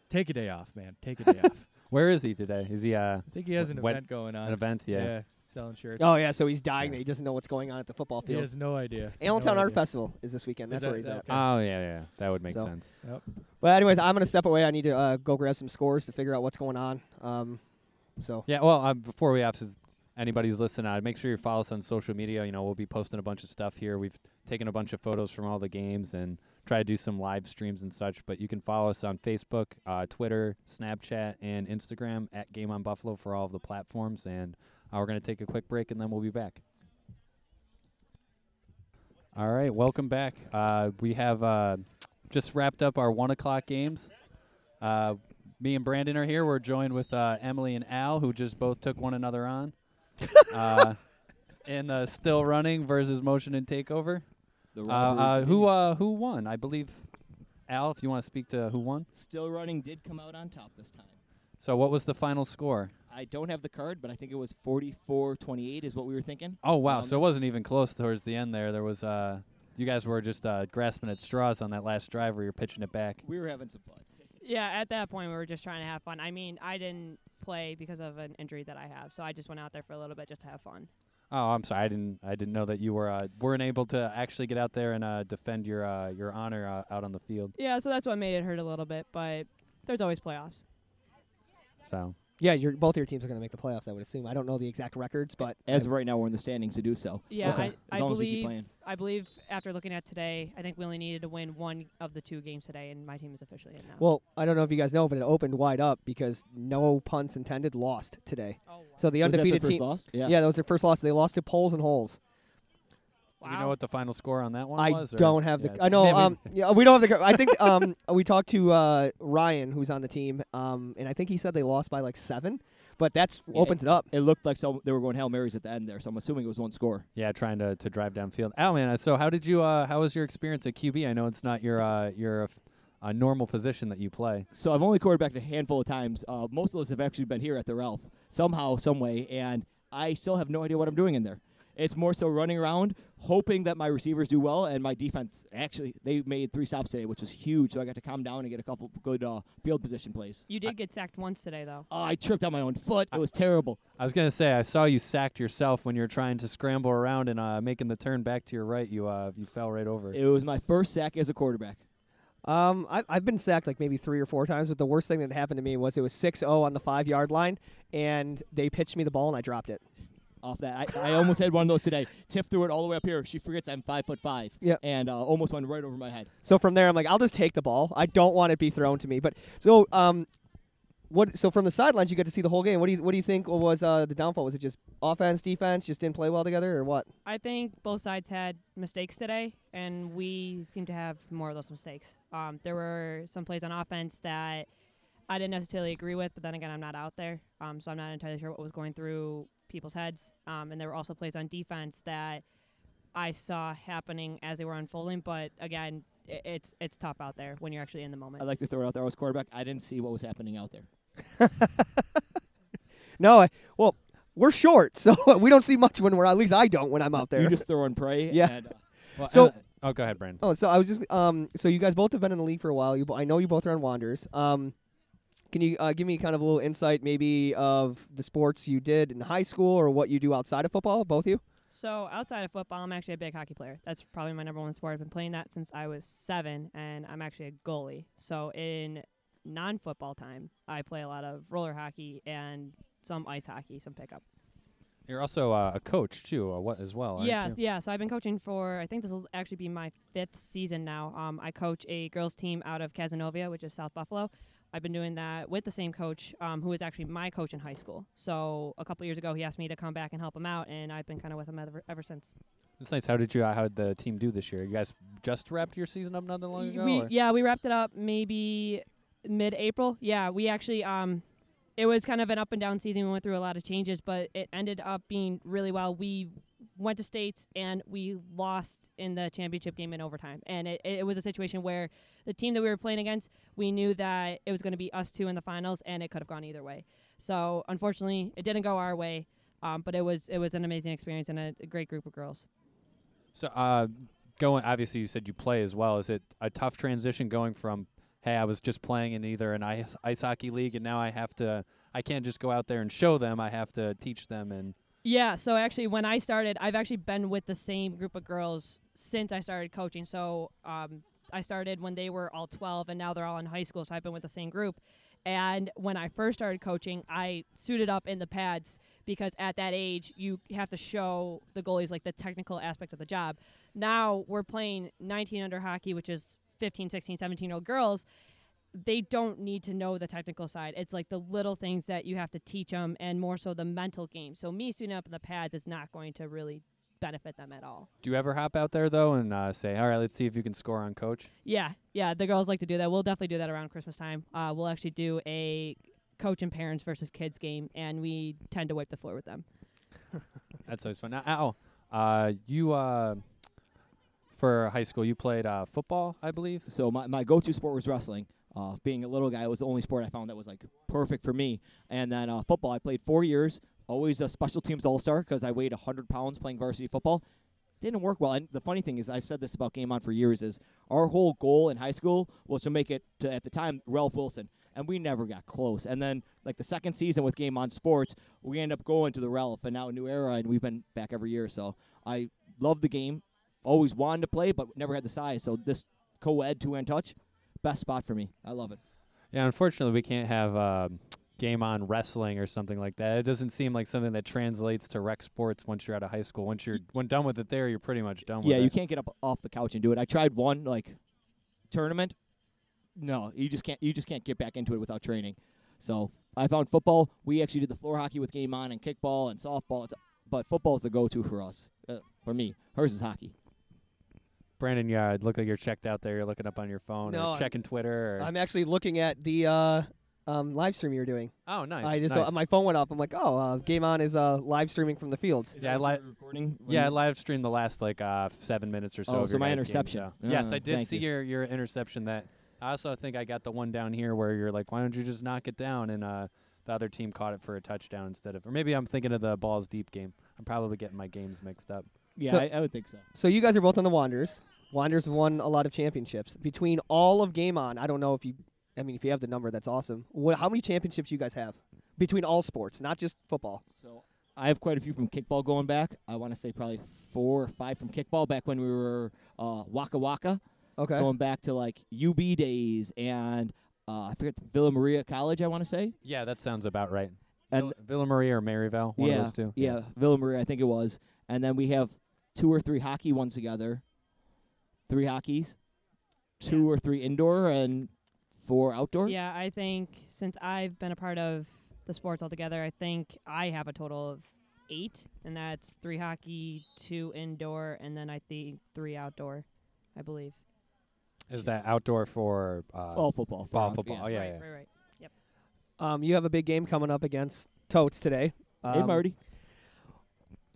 C: take a day off, man. Take a day off.
B: Where is he today? Is he? Uh,
C: I think he has an
B: wed-
C: event going on.
B: An event, yeah.
C: Yeah, selling shirts.
A: Oh yeah, so he's dying that he doesn't know what's going on at the football
C: He
A: field.
C: has no idea.
A: Allentown
C: No
A: Art
C: idea.
A: Festival is this weekend.
C: Is
A: That's
C: that-
A: where he's
C: that-
A: at.
B: Oh yeah, yeah. That would make
A: So-
B: sense.
C: Yep.
A: But anyways, I'm gonna step away. I need to uh, go grab some scores to figure out what's going on. Um, so
B: Yeah, well, uh, before we absence anybody who's listening, uh, make sure you follow us on social media. You know, we'll be posting a bunch of stuff here. We've taken a bunch of photos from all the games and try to do some live streams and such. But you can follow us on Facebook, uh, Twitter, Snapchat, and Instagram at Game on Buffalo for all of the platforms. And uh, we're going to take a quick break and then we'll be back. All right, welcome back. Uh, we have uh, just wrapped up our one o'clock games. Uh, me and Brandon are here. We're joined with uh, Emily and Al, who just both took one another on. uh, in uh, still running versus motion and takeover.
M: The
B: Uh,
M: rivalry
B: uh, who uh, who won? I believe Al. If you want to speak to who won.
M: Still running did come out on top this time.
B: So what was the final score?
M: I don't have the card, but I think it was 44-28 is what we were thinking.
B: Oh wow!
M: Um,
B: so it wasn't even close towards the end. There, there was. Uh, you guys were just uh, grasping at straws on that last drive where you're pitching it back.
M: we were having some fun.
N: Yeah, at that point we were just trying to have fun. I mean, I didn't play because of an injury that I have, so I just went out there for a little bit just to have fun.
B: Oh, I'm sorry. I didn't. I didn't know that you were uh, weren't able to actually get out there and uh, defend your uh, your honor uh, out on the field.
N: Yeah, so that's what made it hurt a little bit, but there's always playoffs.
B: So
A: yeah, your both your teams are gonna make the playoffs. I would assume. I don't know the exact records, but
M: As of right now, we're in the standings to do so.
N: Yeah,
M: So,
N: I,
M: as
N: I
M: long as we keep
N: believe
M: playing.
N: I believe after looking at today, I think we only needed to win one of the two games today, and my team is officially in now.
A: Well, I don't know if you guys know, but it opened wide up because no puns intended lost today. So the
M: Was that their
A: undefeated
M: first
A: team.
M: loss? Yeah.
A: that was their first loss. They lost to poles and holes.
B: Do we know what the final score on that one
A: I
B: was? or-
A: don't have the.
B: Yeah,
A: I know.
B: maybe.
A: Um, yeah, we don't have the. gr- I think um, we talked to uh, Ryan, who's on the team, um, and I think he said they lost by like seven. But that's
M: Yeah,
A: opens it up.
M: It looked like some, they were going Hail Marys at the end there, so I'm assuming it was one score.
B: yeah, trying to, to drive downfield. Al, man, uh, so how did you? Uh, how was your experience at QB? I know it's not your uh, your uh, f- uh, normal position that you play.
M: So I've only quarterbacked a handful of times. Uh, most of those have actually been here at the Ralph somehow, some way, and I still have no idea what I'm doing in there. It's more so running around, hoping that my receivers do well, and my defense actually they made three stops today, which was huge. So I got to calm down and get a couple good uh, field position plays.
N: You did get sacked once today, though.
M: Oh, I tripped on my own foot. It was terrible.
B: I was gonna say I saw you sacked yourself when you were trying to scramble around and uh, making the turn back to your right. You uh, you fell right over.
M: It was my first sack as a quarterback.
A: Um, I, I've been sacked like maybe three or four times, but the worst thing that happened to me was it was 6-0 on the five yard line, and they pitched me the ball and I dropped it.
M: Off that, I, I almost had one of those today. Tiff threw it all the way up here. She forgets I'm five foot five.
A: Yeah.
M: and uh, almost went right over my head.
A: So from there, I'm like, I'll just take the ball. I don't want it to be thrown to me. But so, um, what? So from the sidelines, you got to see the whole game. What do you What do you think was uh, the downfall? Was it just offense, defense, just didn't play well together, or what?
N: I think both sides had mistakes today, and we seem to have more of those mistakes. Um, there were some plays on offense that I didn't necessarily agree with, but then again, I'm not out there, um, so I'm not entirely sure what was going through people's heads. Um, and there were also plays on defense that I saw happening as they were unfolding, but again, i it's it's tough out there when you're actually in the moment.
M: I like to throw it out there. I was quarterback. I didn't see what was happening out there.
A: No, I, well, we're short, so we don't see much when we're at least I don't when I'm out there.
M: You just throw and pray.
A: Yeah.
M: And, uh,
B: Well,
A: so.
B: and, uh, oh, go ahead, Brandon.
A: Oh, so I was just um. So you guys both have been in the league for a while. You, bo- I know you both are on Wanderers. Um, can you uh, give me kind of a little insight, maybe of the sports you did in high school or what you do outside of football, both of you?
N: So outside of football, I'm actually a big hockey player. That's probably my number one sport. I've been playing that since I was seven, and I'm actually a goalie. So in non-football time, I play a lot of roller hockey and some ice hockey, some pickup.
B: You're also uh, a coach too. Uh, what as well? aren't
N: Yeah,
B: you?
N: yeah. So I've been coaching for I think this will actually be my fifth season now. Um, I coach a girls team out of Casanova, which is South Buffalo. I've been doing that with the same coach, um, who was actually my coach in high school. So a couple years ago, he asked me to come back and help him out, and I've been kind of with him ever, ever since.
B: It's nice. How did you? Uh, how did the team do this year? You guys just wrapped your season up not that long
N: Y-
B: ago.
N: We
B: or?
N: yeah, we wrapped it up maybe mid-April. Yeah, we actually um it was kind of an up and down season. We went through a lot of changes, but it ended up being really well. We went to states and we lost in the championship game in overtime, and it, it was a situation where the team that we were playing against, we knew that it was going to be us two in the finals, and it could have gone either way. So unfortunately, it didn't go our way, um, but it was it was an amazing experience and a, a great group of girls.
B: So uh, going, obviously, you said you play as well. Is it a tough transition going from, hey, I was just playing in either an ice, ice hockey league, and now I have to, I can't just go out there and show them. I have to teach them and.
N: Yeah, so actually, when I started, I've actually been with the same group of girls since I started coaching. So um, I started when they were all 12, and now they're all in high school, so I've been with the same group. And when I first started coaching, I suited up in the pads because at that age, you have to show the goalies like the technical aspect of the job. Now we're playing 19 under hockey, which is 15, 16, 17 year old girls they don't need to know the technical side. It's like the little things that you have to teach them, and more so the mental game. So me suiting up in the pads is not going to really benefit them at all.
B: Do you ever hop out there though and uh, say, all right, let's see if you can score on coach?
N: Yeah, yeah, the girls like to do that. We'll definitely do that around Christmas time. Uh, we'll actually do a coach and parents versus kids game, and we tend to wipe the floor with them.
B: That's always fun. Now, Al, uh, you uh, for high school, you played uh, football, I believe.
M: So my, my go-to sport was wrestling. Uh, being a little guy, it was the only sport I found that was like perfect for me. And then uh, football, I played four years. Always a special teams all-star because I weighed 100 pounds playing varsity football. Didn't work well. And the funny thing is, I've said this about Game On for years: is our whole goal in high school was to make it to at the time Ralph Wilson, and we never got close. And then like the second season with Game On Sports, we end up going to the Ralph, and now New Era, and we've been back every year. So I love the game. Always wanted to play, but never had the size. So this co-ed two-hand touch, best spot for me. I love it.
B: Yeah, unfortunately, we can't have uh, game on wrestling or something like that. It doesn't seem like something that translates to rec sports once you're out of high school. Once you're when done with it, there you're pretty much done
M: yeah,
B: with
M: you
B: it.
M: can't get up off the couch and do it. I tried one like tournament. No, you just can't. You just can't get back into it without training. So I found football. We actually did the floor hockey with game on and kickball and softball. It's, but football's the go-to for us. Uh, for me, hers is hockey.
B: Brandon, yeah, it looked like you're checked out there. You're looking up on your phone
A: No,
B: or
A: I'm-
B: checking Twitter. Or
A: I'm actually looking at the uh, um, live stream you were doing.
B: Oh, nice,
A: I just
B: nice.
A: uh, my phone went up. I'm like, oh, uh, game on is uh, live streaming from the fields.
B: yeah, I li- Yeah, I live streamed the last like uh, f- seven minutes or so.
M: Oh,
B: of
M: so
B: your
M: my
B: guys' game,
M: interception.
B: so- yes,
M: Ah,
B: I did
M: thank
B: see
M: you.
B: your your interception. That I also think I got the one down here where you're like, why don't you just knock it down? And uh, the other team caught it for a touchdown instead of, or maybe I'm thinking of the balls deep game. I'm probably getting my games mixed up.
A: So- So you guys are both on the Wanderers. Wanderers have won a lot of championships between all of Game On. I don't know if you, I mean, if you have the number, that's awesome. What, how many championships you guys have between all sports, not just football?
M: So I have quite a few from kickball going back. I want to say probably four or five from kickball back when we were uh, Waka Waka.
A: Okay.
M: Going back to like UB days and uh, I forget Villa Maria College. I want to say.
B: Yeah, that sounds about right.
M: And
B: Villa Maria or Maryvale, one
M: yeah,
B: of those two.
M: Yeah, Villa Maria, I think it was. And then we have two or three hockey ones together. Three hockeys, two or three indoor, and four outdoor.
N: Yeah, I think since I've been a part of the sports altogether, I think I have a total of eight, and that's three hockey, two indoor, and then I think three outdoor, I believe.
B: Is that outdoor for uh,
M: Fall football.
B: Fall
M: Yeah.
B: football. Oh yeah,
N: right,
B: yeah.
N: right, right. Yep.
A: Um, you have a big game coming up against Totes today. Um,
M: Marty.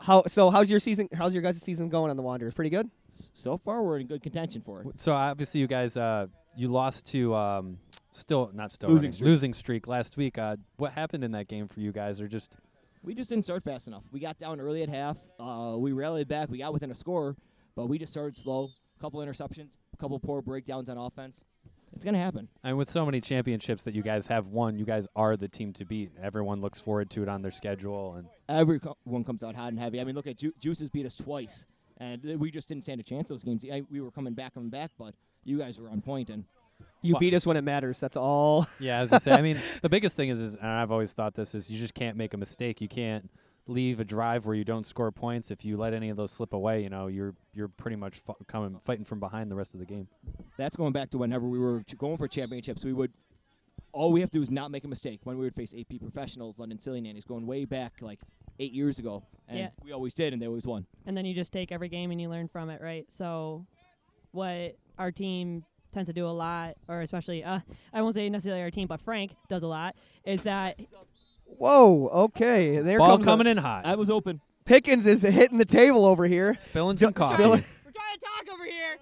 A: How so? How's your season? How's your guys' season going on the Wanderers? Pretty good.
M: So far, we're in good contention for it.
B: So obviously, you guys, uh, you lost to um, still not still
M: Losing
B: running,
M: streak.
B: losing streak last week. Uh, what happened in that game for you guys? Or just
M: We just didn't start fast enough. We got down early at half. Uh, we rallied back. We got within a score, but we just started slow. A couple interceptions, a couple poor breakdowns on offense. It's gonna happen.
B: and with so many championships that you guys have won, you guys are the team to beat. Everyone looks forward to it on their schedule, and
M: Everyone comes out hot and heavy. I mean, look at Ju- Juices beat us twice, and th- we just didn't stand a chance those games. I, we were coming back, coming back, but you guys were on point, and
A: You beat us when it matters. That's all.
B: Yeah, I was gonna say. I mean, the biggest thing is, is, and I've always thought this is, you just can't make a mistake. You can't leave a drive where you don't score points. If you let any of those slip away, you know, you're you're pretty much fu- coming fighting from behind the rest of the game.
M: that's going back to whenever we were ch- going for championships. We would all we have to do is not make a mistake when we would face AP professionals, London Silly Nannies, going way back like eight years ago, and
N: Yeah.
M: we always did, and they always won.
N: And then you just take every game and you learn from it, right? So, what our team tends to do a lot, or especially, uh, I won't say necessarily our team, but Frank does a lot, is that
A: Whoa. Okay. There
B: Ball
A: comes
B: coming
A: a-
B: in hot. I
M: was open.
A: Pickens is hitting the table over here.
B: Spilling
A: Ju-
B: some coffee.
A: spilling-
N: We're trying to talk over here.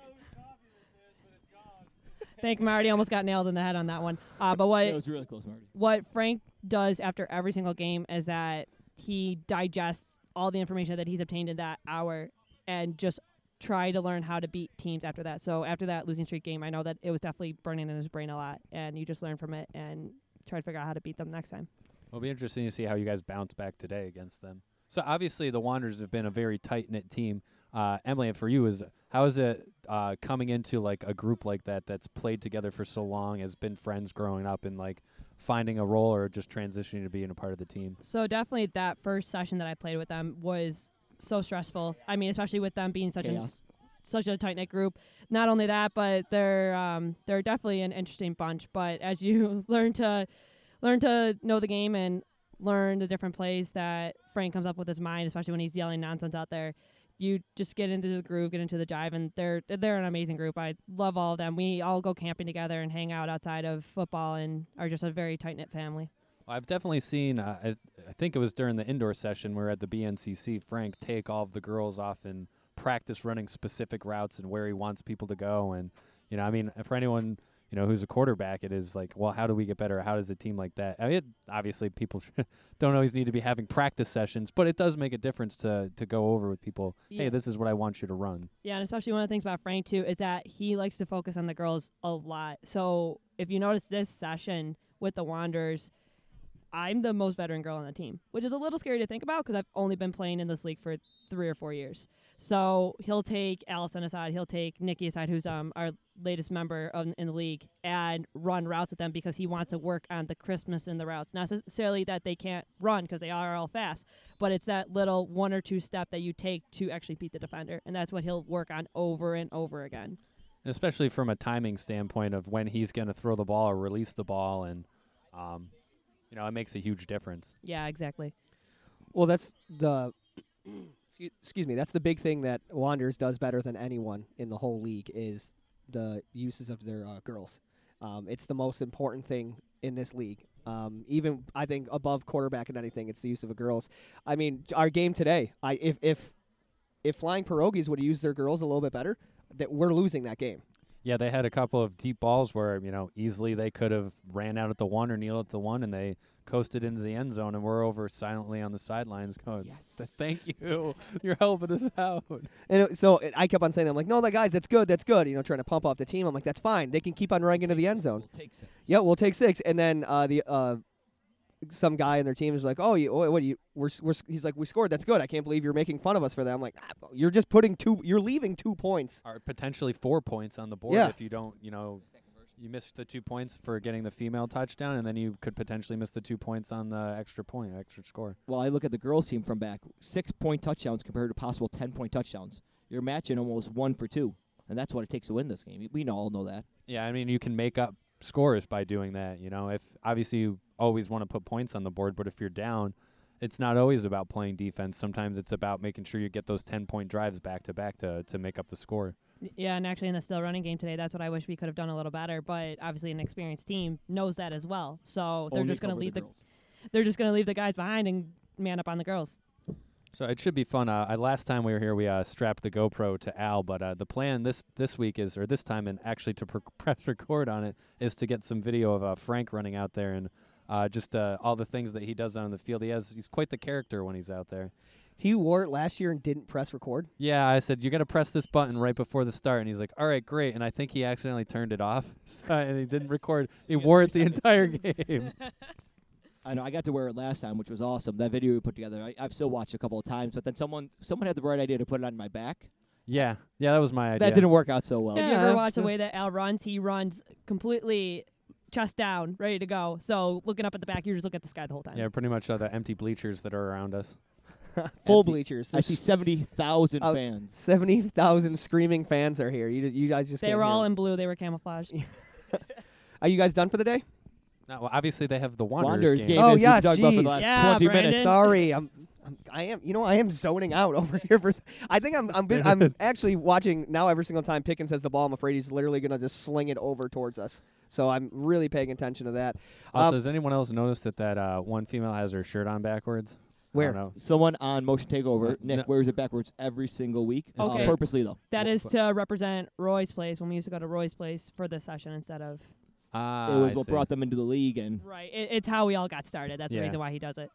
N: I think Marty almost got nailed in the head on that one. Uh, but what
M: That was really close, Marty.
N: What Frank does after every single game is that he digests all the information that he's obtained in that hour and just try to learn how to beat teams after that. So after that losing streak game, I know that it was definitely burning in his brain a lot, and you just learn from it and try to figure out how to beat them next time.
B: It'll be interesting to see how you guys bounce back today against them. So obviously the Wanderers have been a very tight knit team. Uh, Emily, and for you is how is it uh, coming into like a group like that that's played together for so long, has been friends growing up, and like finding a role or just transitioning to being a part of the team?
N: So definitely that first session that I played with them was so stressful. I mean, especially with them being such
M: Chaos.
N: a such a tight knit group. Not only that, but they're um, they're definitely an interesting bunch. But as you learn to learn to know the game and learn the different plays that Frank comes up with his mind, especially when he's yelling nonsense out there, you just get into the groove, get into the jive, and they're they're an amazing group. I love all of them. We all go camping together and hang out outside of football, and are just a very tight knit family.
B: I've definitely seen. Uh, I, I think it was during the indoor session where at the BNCC, Frank take all of the girls off and practice running specific routes and where he wants people to go. And you know, I mean, for anyone you know who's a quarterback, it is like, well, how do we get better? How does a team like that? I mean, it, obviously, people don't always need to be having practice sessions, but it does make a difference to to go over with people. Hey,
N: Yeah.
B: this is what I want you to run.
N: Yeah, and especially one of the things about Frank too is that he likes to focus on the girls a lot. So if you notice this session with the Wanderers, I'm the most veteran girl on the team, which is a little scary to think about because I've only been playing in this league for three or four years. So he'll take Allison aside, he'll take Nikki aside, who's um our latest member of, in the league, and run routes with them because he wants to work on the crispness in the routes. Not necessarily that they can't run because they are all fast, but it's that little one or two step that you take to actually beat the defender, and that's what he'll work on over and over again.
B: especially from a timing standpoint of when he's going to throw the ball or release the ball and um, you know it makes a huge difference
N: Yeah, exactly.
A: Well, that's the excuse- excuse me. That's the big thing that Wanderers does better than anyone in the whole league is the uses of their uh, girls. Um, it's the most important thing in this league. Um, even I think above quarterback and anything, it's the use of a girls. I mean, j- our game today. I if if if flying pierogies would use their girls a little bit better, that we're losing that game.
B: yeah they had a couple of deep balls where you know easily they could have ran out at the one or kneel at the one and they coasted into the end zone and we're over silently on the sidelines going yes. thank you you're helping us out
A: And it, so it, I kept on saying, I'm like, no, that guys, that's good, that's good. You know, trying to pump up the team. I'm like, that's fine. They can keep on running into the end zone.
M: take six.
A: Yeah, we'll take six. And then uh, the uh, some guy in their team is like, oh, you, oh, what do you? We're, s- we're, s- he's like, we scored. That's good. I can't believe you're making fun of us for that. I'm like, "Ah, you're just putting two. You're leaving two points.
B: or potentially four points on the board
A: Yeah.
B: if you don't you know you missed the two points for getting the female touchdown and then you could potentially miss the two points on the extra point extra score
M: Well, I look at the girls' team from back six point touchdowns compared to possible ten point touchdowns. You're matching almost one for two, and that's what it takes to win this game. We know, all know that.
B: Yeah, I mean, you can make up scores by doing that. You know, if obviously you always want to put points on the board, but if you're down, it's not always about playing defense. Sometimes it's about making sure you get those 10 point drives back to back to to make up the score.
N: Y- Yeah, and actually in the still running game today, that's what I wish we could have done a little better. But obviously, an experienced team knows that as well, so they're
B: Only
N: just going to
B: cover the
N: lead the,
B: girls.
N: they're just going to leave the guys behind and man up on the girls.
B: So it should be fun. Uh, I, last time we were here, we uh, strapped the GoPro to Al, but uh, the plan this this week is, or this time, and actually to pr- press record on it is to get some video of uh, Frank running out there and uh, just uh, all the things that he does on the field. He has he's quite the character when he's out there.
A: He wore it last year and didn't press record.
B: Yeah, I said you got to press this button right before the start, and he's like, "All right, great." And I think he accidentally turned it off, so- and he didn't record. He wore it the entire game.
M: I know I got to wear it last time, which was awesome. That video we put together, I, I've still watched a couple of times. But then someone someone had the bright idea to put it on my back.
B: yeah, yeah, that was my idea.
M: That didn't work out so well.
N: Have you ever watched the way that Al runs? He runs completely chest down, ready to go. So looking up at the back, you just look at the sky the whole time.
B: Yeah, pretty much uh, the empty bleachers that are around us.
A: Full bleachers.
M: I see seventy thousand
A: Uh,
M: fans.
A: Seventy thousand screaming fans are here. You, ju- you guys just
N: They
A: can't
N: were
A: hear
N: all
A: them.
N: in blue. They were camouflaged.
A: Are you guys done for the day?
B: No, well, obviously they have the Wanderers,
M: Wanderers game
A: oh
M: is we've
A: yes,
M: talked about for the
A: jeez.
M: last Yeah, 20 minutes. Brandon.
A: Sorry, I'm, I'm, I am. You know, I am zoning out over here. For s- I think I'm. I'm, bus- I'm actually watching now. Every single time Pickens has the ball, I'm afraid he's literally gonna just sling it over towards us. So I'm really paying attention to that.
B: Also,
A: Um,
B: does anyone else notice that that uh, one female has her shirt on backwards? Oh. I
A: Where?
B: don't know.
M: Someone on Motion Takeover,
B: Uh,
M: Nick,
B: no.
M: wears it backwards every single week, uh,
N: Okay.
M: purposely though.
N: That is to represent Roy's place when we used to go to Roy's place for this session instead of.
B: Ah,
M: it was
B: I
M: what
B: see.
M: brought them into the league, and
N: Right. It, it's how we all got started. That's
B: Yeah.
N: the reason why he does it.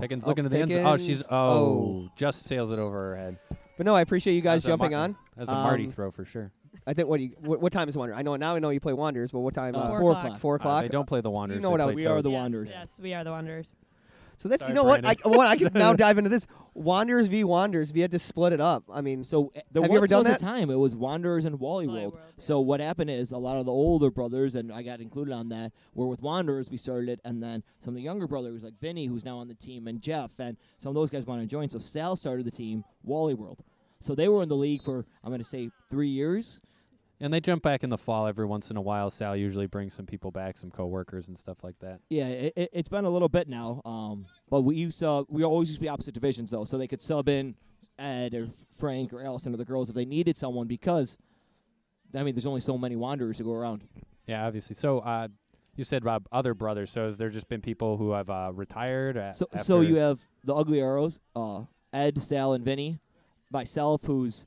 B: Pickens
A: oh,
B: looking to the end. Oh,
A: Pickens.
B: she's oh, just sails it over her head.
A: But no, I appreciate you guys
B: That's a
A: jumping
B: Mar-
A: on.
B: that's a Marty
A: Um,
B: throw for sure.
A: I think what do you what, what time is Wander? I know now I know you play Wanderers, but what time?
M: Uh, Four o'clock.
A: Four
B: Uh,
A: o'clock.
B: they don't play the Wanderers,
A: You know what?
B: they
A: uh, I
B: play
A: would-
M: We are the Yes, Wanderers.
N: Yes, we are the Wanderers.
A: So that's
M: Sorry,
A: you know what I
M: Brandon.
A: well I can now dive into this Wanderers v Wanderers. We had to split it up. I mean,
M: so
A: eh,
M: there
A: have
M: once
A: you ever done
M: was
A: that?
M: a time it was Wanderers and Wally World. So what happened is a lot of the older brothers, and I got included on that, were with Wanderers. We started it, and then some of the younger brothers like Vinny, who's now on the team, and Jeff, and some of those guys want to join. So Sal started the team, Wally World. So they were in the league for I'm going to say three years.
B: And they jump back in the fall every once in a while. Sal usually brings some people back, some coworkers and stuff like that.
M: Yeah, it, it, it's been a little bit now. Um, but we used to, we always used to be opposite divisions though, so they could sub in Ed or Frank or Allison or the girls if they needed someone because, I mean, there's only so many Wanderers to go around.
B: Yeah, obviously. So uh, you said Rob, other brothers. So has there just been people who have uh, retired? a-
M: So,
B: after
M: so you have the Ugly Arrows, uh, Ed, Sal, and Vinny. Myself, who's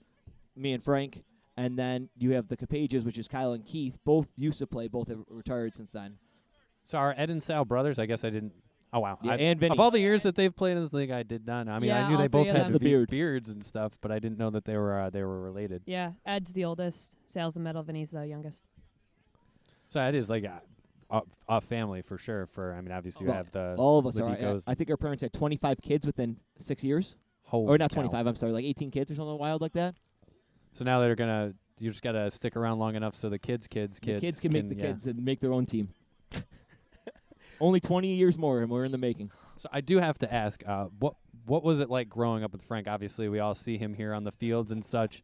M: me and Frank, and then you have the Capages, which is Kyle and Keith. Both used to play. Both have retired since then.
B: So are Ed and Sal brothers? I guess I didn't. Oh wow!
M: Yeah,
B: I,
M: and Vinny.
B: of all the years that they've played in this league, I did not know. I mean,
N: Yeah,
B: I knew
N: all
B: they both
N: three of
B: had
N: them.
B: the
N: The
B: beard. beards and stuff, but I didn't know that they were uh, they were related.
N: Yeah. Ed's the oldest. Sal's the middle, Vinny's the youngest.
B: So it is like a, a, a family for sure. For I mean, obviously you
M: Well,
B: have the
M: all of us are.
B: Ludicos.
M: I think our parents had 25 kids within six years.
B: Holy
M: or not
B: cow.
M: 25. I'm sorry, like 18 kids or something wild like that.
B: So now they're gonna you just gotta stick around long enough so the kids, kids,
M: The
B: kids,
M: kids can make the
B: yeah.
M: kids and make their own team. Only 20 years more, and we're in the making.
B: So I do have to ask, uh, what what was it like growing up with Frank? Obviously, we all see him here on the fields and such.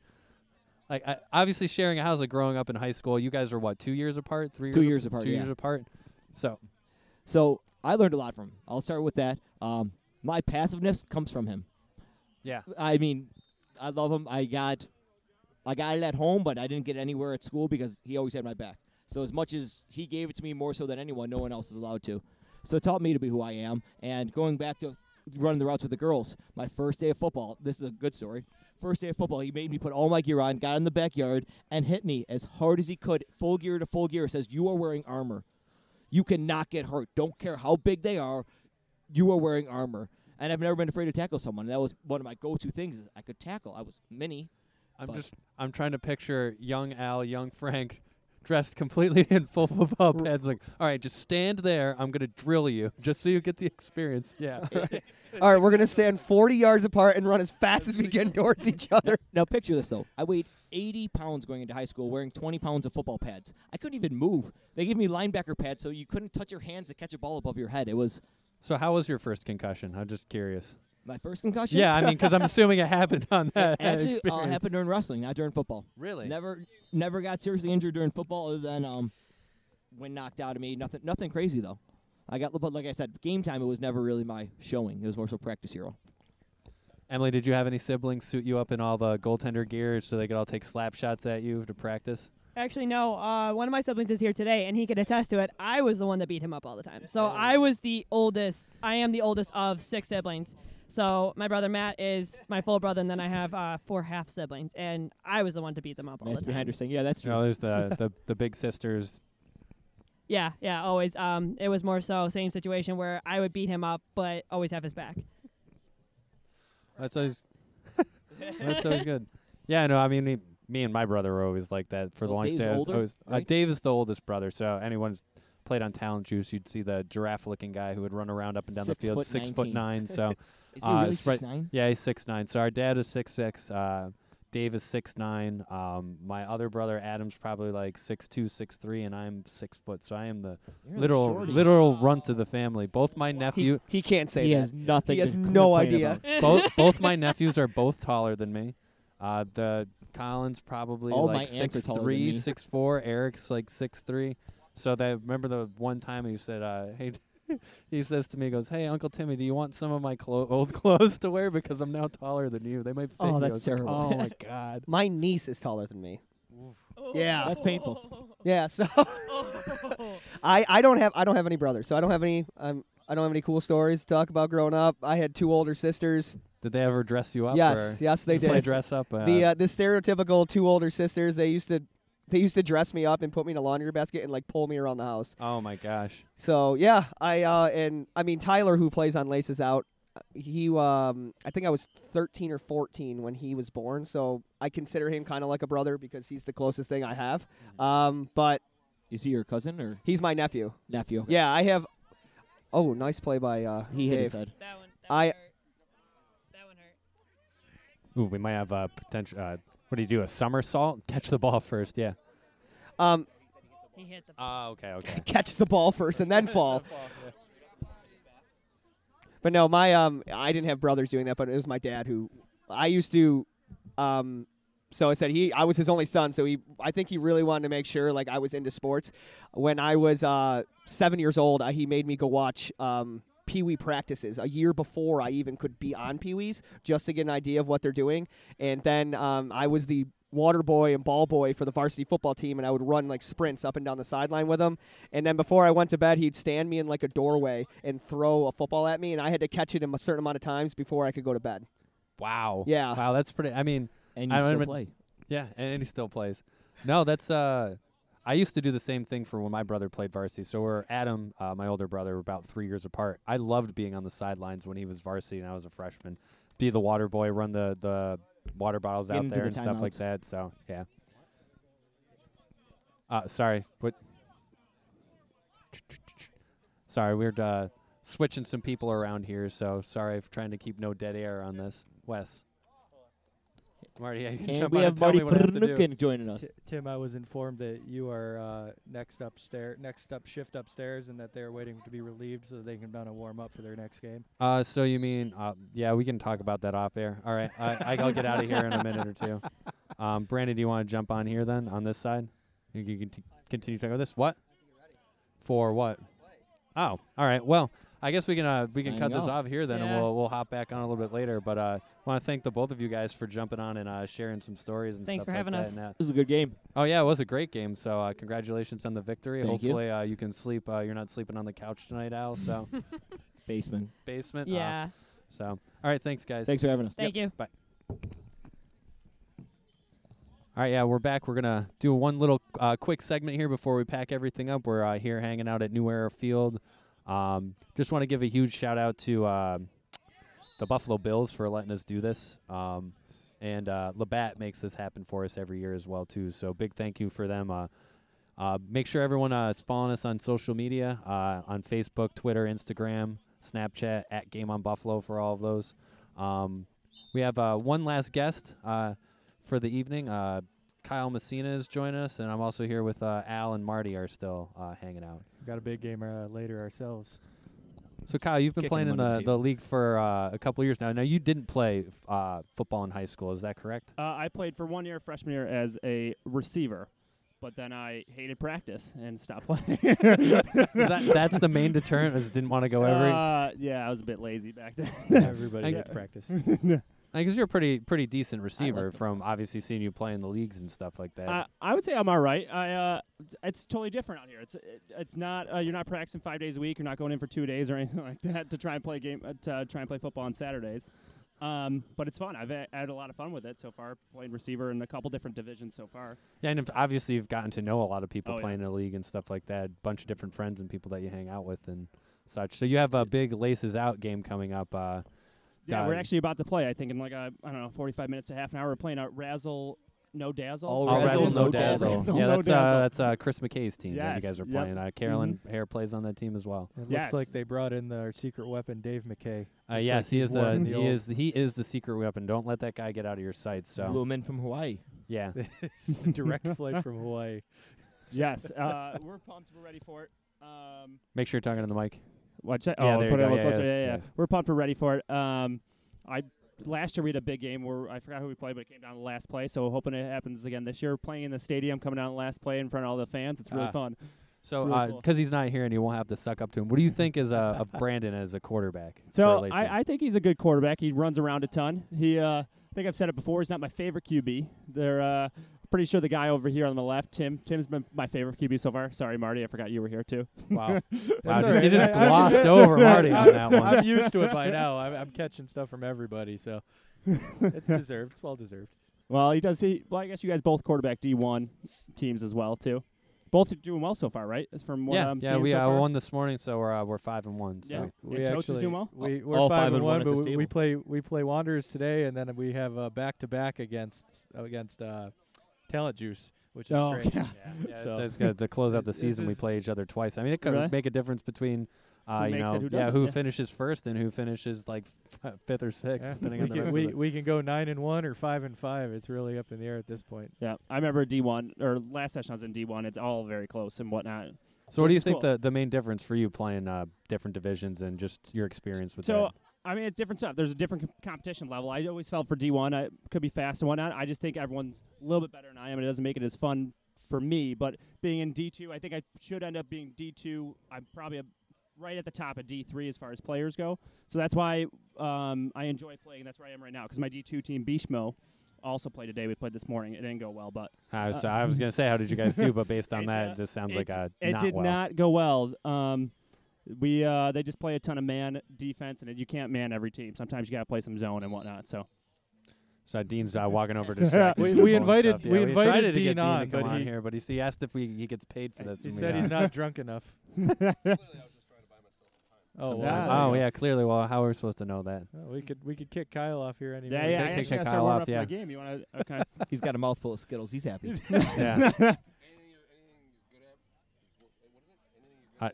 B: Like, I, obviously, sharing a house, like growing up in high school, you guys were what two years apart, three
M: Two
B: years,
M: years
B: ap-
M: apart,
B: two
M: yeah.
B: years apart. So,
M: So I learned a lot from him. I'll start with that. Um, my passiveness comes from him.
B: Yeah.
M: I mean, I love him. I got, I got it at home, but I didn't get it anywhere at school because he always had my back. So as much as he gave it to me, more so than anyone, no one else is allowed to. So it taught me to be who I am. And going back to running the routes with the girls, my first day of football. This is a good story. First day of football, he made me put all my gear on, got in the backyard, and hit me as hard as he could, full gear to full gear. Says you are wearing armor. You cannot get hurt. Don't care how big they are. You are wearing armor. And I've never been afraid to tackle someone. That was one of my go-to things. Is I could tackle. I was mini.
B: I'm
M: but-
B: just I'm trying to picture young Al, young Frank, dressed completely in full football pads. Like, all right, just stand there. I'm gonna drill you, just so you get the experience. Yeah.
A: All right, we're gonna stand 40 yards apart and run as fast as we can towards each other.
M: Now picture this though. I weighed 80 pounds going into high school, wearing 20 pounds of football pads. I couldn't even move. They gave me linebacker pads, so you couldn't touch your hands to catch a ball above your head. It was
B: so, how was your first concussion? I'm just curious.
M: my first concussion.
B: Yeah, I mean, because I'm assuming it happened on that.
M: actually uh,
B: experience.
M: happened during wrestling, not during football.
B: Really?
M: Never, never got seriously injured during football, other than um, when knocked out of me. Nothing, nothing crazy though. I got, but like I said, game time. It was never really my showing. It was more so practice hero.
B: Emily, did you have any siblings suit you up in all the goaltender gear so they could all take slap shots at you to practice?
N: Actually, no. Uh, one of my siblings is here today, and he can attest to it. I was the one that beat him up all the time. So
B: Oh.
N: I was the oldest. I am the oldest of six siblings. So my brother Matt is my full brother, and then I have uh, four half siblings, and I was the one to beat them up all the
M: Matt's
N: time.
M: behind her saying, "Yeah, that's true."
B: No, there's the, the the big sisters.
N: Yeah, yeah, always. Um, it was more so same situation where I would beat him up, but always have his back.
B: That's always that's always good. Yeah, no, I mean me, me and my brother were always like that for the
M: Well,
B: longest
M: Oh, Dave's
B: time. I was
M: older,
B: always- uh,
M: right?
B: Dave is the oldest brother, so anyone who's played on Talent Juice, you'd see the giraffe-looking guy who would run around up and down
M: Six
B: the field,
M: foot
B: six foot
M: 19.
B: nine. So,
M: Is he
B: uh,
M: really
B: it's right-
M: 6'9"?
B: yeah, he's six nine. So our dad is six six. Uh, Dave is six nine. Um, my other brother Adam's probably like six two, six three, and I'm six foot. So I am the
M: You're the
B: literal
M: shorty.
B: literal runt of the family. Both my nephew.
A: He can't say
M: He
A: that.
M: has nothing
A: He
M: to
A: has no
M: complain
A: idea.
M: about.
B: both both my nephews are both taller than me. Uh, the Collins probably
M: All my
B: like
M: aunts are
B: six
M: taller than
B: three,
M: me.
B: six four. Eric's like six three. So they remember the one time he said, uh, "Hey." He says to me, he "Goes, hey Uncle Timmy, do you want some of my clo- old clothes to wear because I'm now taller than you? They might fit you." I was like, oh my god.
A: My niece is taller than me. Yeah,
M: that's painful.
A: Yeah, so
B: Oh.
A: I I don't have I don't have any brothers, so I don't have any um I don't have any cool stories to talk about growing up. I had two older sisters.
B: Did they ever dress you up?
A: Yes,
B: or
A: yes, they
B: play
A: did.
B: dress up. Uh,
A: the uh, the stereotypical two older sisters. They used to they used to dress me up and put me in a laundry basket and like pull me around the house.
B: oh my gosh.
A: So yeah, I uh, and I mean Tyler, who plays on Laces Out, he um, I think I was 13 or 14 when he was born, so I consider him kind of like a brother because he's the closest thing I have.
B: Mm-hmm.
A: Um, but
M: is he your cousin or
A: he's my nephew?
M: Nephew. okay.
A: Yeah, I have. Oh, nice play by uh,
M: He hit his
A: Dave.
M: head.
N: That one.
A: I
B: Ooh, we might have a potential. Uh, what do you do? A somersault? Catch the ball first. Yeah.
A: um
N: He hit the.
B: Ah, okay, okay.
A: catch the ball first and then fall. But no, my um, I didn't have brothers doing that, but it was my dad who I used to, um, so I said he I was his only son, so he I think he really wanted to make sure like I was into sports. When I was uh seven years old, uh, he made me go watch um. Pee Wee practices a year before I even could be on Pee Wee's just to get an idea of what they're doing. And then um, I was the water boy and ball boy for the varsity football team, and I would run like sprints up and down the sideline with him. And then before I went to bed, he'd stand me in like a doorway and throw a football at me, and I had to catch it in a certain amount of times before I could go to bed.
B: Wow.
A: Yeah.
B: Wow, that's pretty. I mean,
M: And
B: I
M: you
B: don't
M: still
B: even-
M: play.
B: Yeah, and, and he still plays. No, that's uh, I used to do the same thing for when my brother played varsity. So we're Adam, uh, my older brother, we're about three years apart. I loved being on the sidelines when he was varsity and I was a freshman. Be the water boy, run the the water bottles
M: Get
B: out
M: into
B: there and
M: the
B: stuff like
M: timeouts.
B: that. So yeah. Uh, sorry, what? Sorry, we're uh, switching some people around here. So sorry for trying to keep no dead air on this, Wes. Marty, yeah, you can
M: And
B: jump
M: we
B: on
M: have
B: and tell me
M: Marty
B: what I have to do.
M: Vernuken joining us.
C: Ti- Tim, I was informed that you are uh, next upstairs, next up shift upstairs, and that they're waiting to be relieved so that they can run a warm up for their next game.
B: Uh, so you mean, uh, yeah, we can talk about that off air. All right, I, I- I'll get out of here in a minute or two. Um, Brandon, do you want to jump on here then, on this side? You can conti- continue talking about this. What? For what? Oh, all right. Well, I guess we can uh, we can cut
M: Signing
B: this off
M: off.
B: here then,
M: Yeah.
B: and we'll we'll hop back on a little bit later. But uh, want to thank the both of you guys for jumping on and uh, sharing some stories and
N: Thanks
B: stuff
N: for
B: like
N: having
B: that.
N: us.
B: And, uh,
M: It was a good game.
B: Oh yeah, it was a great game. So uh, congratulations on the victory.
M: Thank you.
B: Hopefully you. Uh, you can sleep. Uh, you're not sleeping on the couch tonight, Al. So
M: Basement.
B: basement. uh,
N: Yeah.
B: so all right, thanks guys.
M: Thanks for having us.
N: Thank
B: Yep,
N: you.
B: Bye. All right, yeah, we're back. We're gonna do one little uh, quick segment here before we pack everything up. We're uh, here hanging out at New Era Field. Um, just want to give a huge shout out to uh, the Buffalo Bills for letting us do this, um, and uh, Labatt makes this happen for us every year as well too. So big thank you for them. Uh, uh, make sure everyone uh, is following us on social media uh, on Facebook, Twitter, Instagram, Snapchat at Game on Buffalo for all of those. Um, we have uh, one last guest uh, for the evening. Uh, Kyle Messina is joining us, and I'm also here with uh, Al and Marty are still uh, hanging out.
C: We've got a big game uh, later ourselves.
B: So Kyle, you've been
C: Kicking
B: playing
C: them
B: in
C: under
B: the,
C: the
B: the league for uh, a couple years now. Now you didn't play f- uh, football in high school, is that correct?
O: Uh, I played for one year freshman year as a receiver, but then I hated practice and stopped playing. is
B: Is that that's the main deterrent? Is didn't want to go every.
O: Uh, yeah, I was a bit lazy back then.
B: I- I guess you're a pretty pretty decent receiver from obviously seeing you play in the leagues and stuff like that.
O: I, I would say I'm all right. I uh, it's totally different out here. It's it, it's not uh, you're not practicing five days a week. You're not going in for two days or anything like that to try and play game uh, to try and play football on Saturdays. Um, but it's fun. I've had, had a lot of fun with it so far. Played receiver in a couple different divisions so far.
B: yeah, and if- obviously you've gotten to know a lot of people
O: Oh, yeah.
B: playing in the league and stuff like that. Bunch of different friends and people that you hang out with and such. So you have a big laces out game coming up. Uh,
O: Yeah, we're
B: uh,
O: actually about to play. I think in like a, I don't know, 45 minutes to half an hour. We're playing a Razzle No Dazzle.
B: All Razzle, no dazzle. Yeah, that's uh, that's uh, Chris McKay's team that you
O: Yes,
B: guys are
O: yep. Mm-hmm.
B: playing. Uh, Carolyn Hare plays on that team as well.
C: It looks
O: Yes.
C: like they brought in their secret weapon, Dave McKay.
B: Uh,
C: Looks
B: yes,
C: like
B: he
C: he's
B: is the,
C: worn
B: he
C: old-
B: is the, he is the secret weapon. Don't let that guy get out of your sight. So
M: Blew him in from Hawaii.
B: Yeah,
C: direct flight from Hawaii.
O: yes, uh, we're pumped. We're ready for it. Um,
B: make sure you're talking to the mic.
O: Watch that.
B: Yeah,
O: oh,
B: there
O: put
B: you
O: it a
B: go.
O: little closer.
B: yeah,
O: Yeah,
B: yeah.
O: yeah, We're pumped. We're ready for it. Um, I last year we had a big game where I forgot who we played, but it came down to the last play. So hoping it happens again this year. Playing in the stadium, coming down to the last play in front of all the fans. It's really
B: Ah.
O: fun.
B: So,
O: It's really cool.
B: because uh, he's not here and you won't have to suck up to him, what do you think is uh, of Brandon as a quarterback? for
O: So
B: Laces?
O: I, I think he's a good quarterback. He runs around a ton. He, uh, I think I've said it before. He's not my favorite QB. They're, uh, pretty sure the guy over here on the left, Tim. Tim's been my favorite QB so far. Sorry, Marty, I forgot you were here too.
B: Wow.
C: That's all
B: just- you
C: right.
B: just
C: I- I'm-
B: glossed over Marty on
C: I'm-
B: that one.
C: I'm used to it by now. I'm, I'm catching stuff from everybody, so it's deserved. It's well deserved.
O: Well, he does. He well, I guess you guys both quarterback D1 teams as well too. Both are doing well so far, right? As from what
B: yeah,
O: I'm
B: yeah,
O: seeing
B: we
O: so
B: uh,
O: far.
B: won this morning, so we're uh, we're five and one. So.
O: Yeah.
C: We
O: Totes is
C: actually,
O: doing well?
C: We,
O: All-
C: we're
B: all
C: five,
B: five and one at
C: but
B: this
C: we, we
B: table.
C: play we play Wanderers today, and then we have uh, back to back against against uh, Talent Juice, which is
B: Oh,
C: strange.
B: yeah. Yeah, so it's good to close out the
C: This
B: season. We
C: is-
B: play each other twice. I mean, it could
O: Really?
B: make a difference between, uh,
O: Who
B: you
O: makes it,
B: know,
O: who
B: yeah,
O: doesn't,
B: who
O: yeah.
B: finishes first and who finishes like f- fifth or sixth,
C: Yeah.
B: depending
C: we
B: on the
C: can,
B: rest
C: we,
B: of it.
C: we can go nine and one or five and five. It's really up in the air at this point.
O: Yeah, I remember D1 or last session I was in D1. It's all very close and whatnot.
B: So, what do you
O: it's
B: think
O: cool.
B: the the main difference for you playing uh, different divisions and just your experience with
O: So I mean, it's different stuff. There's a different com- competition level. I always felt for D1, I could be fast and whatnot. I just think everyone's a little bit better than I am, and it doesn't make it as fun for me. But being in D2, I think I should end up being D2. I'm probably a, right at the top of D3 as far as players go. So that's why um, I enjoy playing. That's where I am right now because my D2 team, Bishmo, also played today. We played this morning. It didn't go well, but
B: that? I
O: uh,
B: was, I was gonna say, how did you guys do? But based on
O: It,
B: that,
O: uh,
B: it just sounds
O: it-
B: like uh,
O: it
B: not
O: did
B: well.
O: not go well. Um, we uh, they just play a ton of man defense, and you can't man every team. Sometimes you got to play some zone and whatnot. So
B: So Dean's uh, walking over to
C: We- we invited- we
B: we tried
C: invited
B: to
C: Dean
B: get Dean
C: on,
B: to come
C: but
B: on
C: he-
B: here, but he, he asked if we he gets paid for this.
C: He
B: and we
C: said
B: got-
C: he's not drunk enough. oh,
B: Sometime.
C: wow.
B: oh yeah, clearly. Well, how are we supposed to know that?
C: Well, we could we could kick Kyle off here any
O: Yeah,
C: minute.
O: yeah, I Kick- actually kick gotta start Kyle warming off, up for the yeah. game. You wanna- uh, okay.
M: He's got a mouthful of Skittles. He's happy.
B: Yeah. I,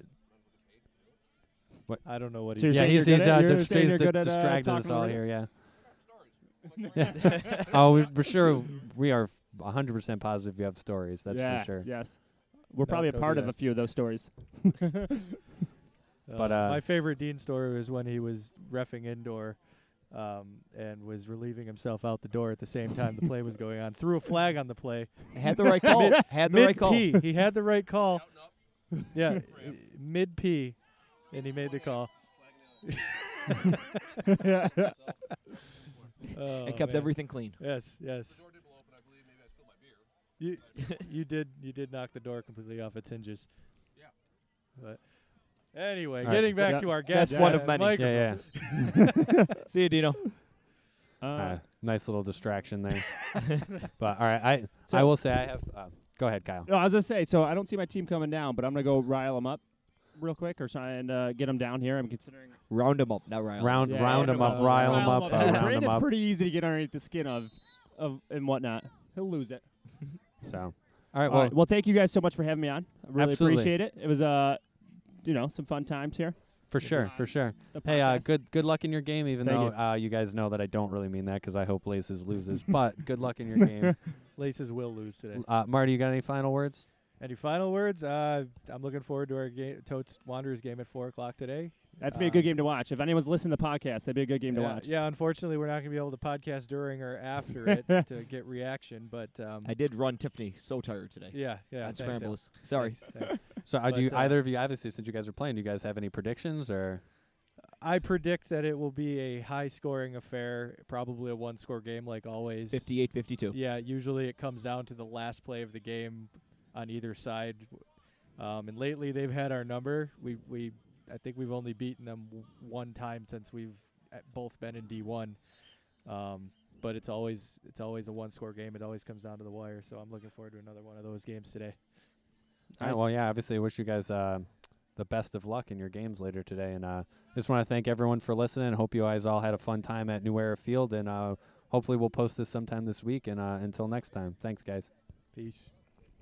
B: what?
C: I don't know what
B: he's yeah,
C: saying
B: he's,
C: you're
B: he's
C: good
B: uh,
C: at- you're
B: dist-
C: saying you're
B: dist-
C: good at, uh,
B: distracted us
C: talking
B: all
C: over
B: here.
C: it?
B: Yeah. Yeah. oh, we- we're sure we are 100 percent positive you have stories. That's
O: yeah,
B: for sure.
O: Yes, we're
C: No,
O: probably a
C: don't
O: part
C: do
O: of
C: that.
O: a few of those stories.
B: But, uh,
C: Um, my favorite Dean story was when he was refing indoor, um, and was relieving himself out the door at the same time the play was going on. Threw a flag on the play.
M: Had the right call.
C: Mid-
M: Had the right call.
C: mid-P. He had the right call. yeah, mid P, and he made the call.
M: And kept everything clean.
C: Oh, Yes, yes. You, you did you did knock the door completely off its hinges. Yeah. But anyway,
B: All right.
C: getting back
B: Yeah.
C: to our guest.
M: That's one of
C: Yes,
M: many.
B: Yeah,
C: microphone.
B: yeah.
M: See you, Dino.
B: Uh, nice little distraction there. but all right, I
O: So- Oh.
B: I will say I have. Uh, go ahead, Kyle.
O: No, I was gonna say. So I don't see my team coming down, but I'm gonna go rile them up real quick or try and uh, get them down here. I'm considering
M: Round him up, not rile. 'em.
B: Round-
O: Yeah,
B: round 'em up, rile 'em up, uh,
O: So
B: round 'em
O: Brandon's
B: up.
O: pretty easy to get underneath the skin of, of and whatnot. He'll lose it.
B: So all right,
O: All
B: well,
O: right, well, thank you guys so much for having me on. I really
B: Absolutely.
O: appreciate it. It was uh, you know, some fun times here.
B: for sure, for sure.
O: the
B: Hey, uh,
O: podcast.
B: good good luck in your game. Even
O: Thank
B: though Uh, you guys know that I don't really mean that because I hope Laces loses, but good luck in your game.
C: Laces will lose today.
B: Uh, Marty, you got any final words?
C: Any final words? Uh, I'm looking forward to our game, Totes Wanderers game at four o'clock today.
O: That's be a
B: Uh,
O: good game to watch. If anyone's listening to the podcast, that'd be a good game to
C: yeah,
O: watch.
C: Uh, yeah, unfortunately, we're not going to be able to podcast during or after it to get reaction, but um,
M: I did run Tiffany so tired today.
C: Yeah, yeah,
M: On
C: thanks,
M: scrambles.
C: Al.
M: Sorry.
C: Thanks, thanks.
B: So, uh, do you,
C: But, uh,
B: either of you, obviously, since you guys are playing, do you guys have any predictions or?
C: I predict that it will be a high-scoring affair, probably a one-score game, like always.
M: 58-52.
C: Yeah, usually it comes down to the last play of the game on either side, um, and lately they've had our number. We we I think we've only beaten them w- one time since we've uh, both been in D1. Um, but it's always it's always a one-score game. It always comes down to the wire. So I'm looking forward to another one of those games today.
B: All right. Well, yeah. Obviously, I wish you guys uh, the best of luck in your games later today, and uh, just want to thank everyone for listening. Hope you guys all had a fun time at New Era Field, and uh, hopefully, we'll post this sometime this week. And uh, until next time, thanks, guys.
C: Peace.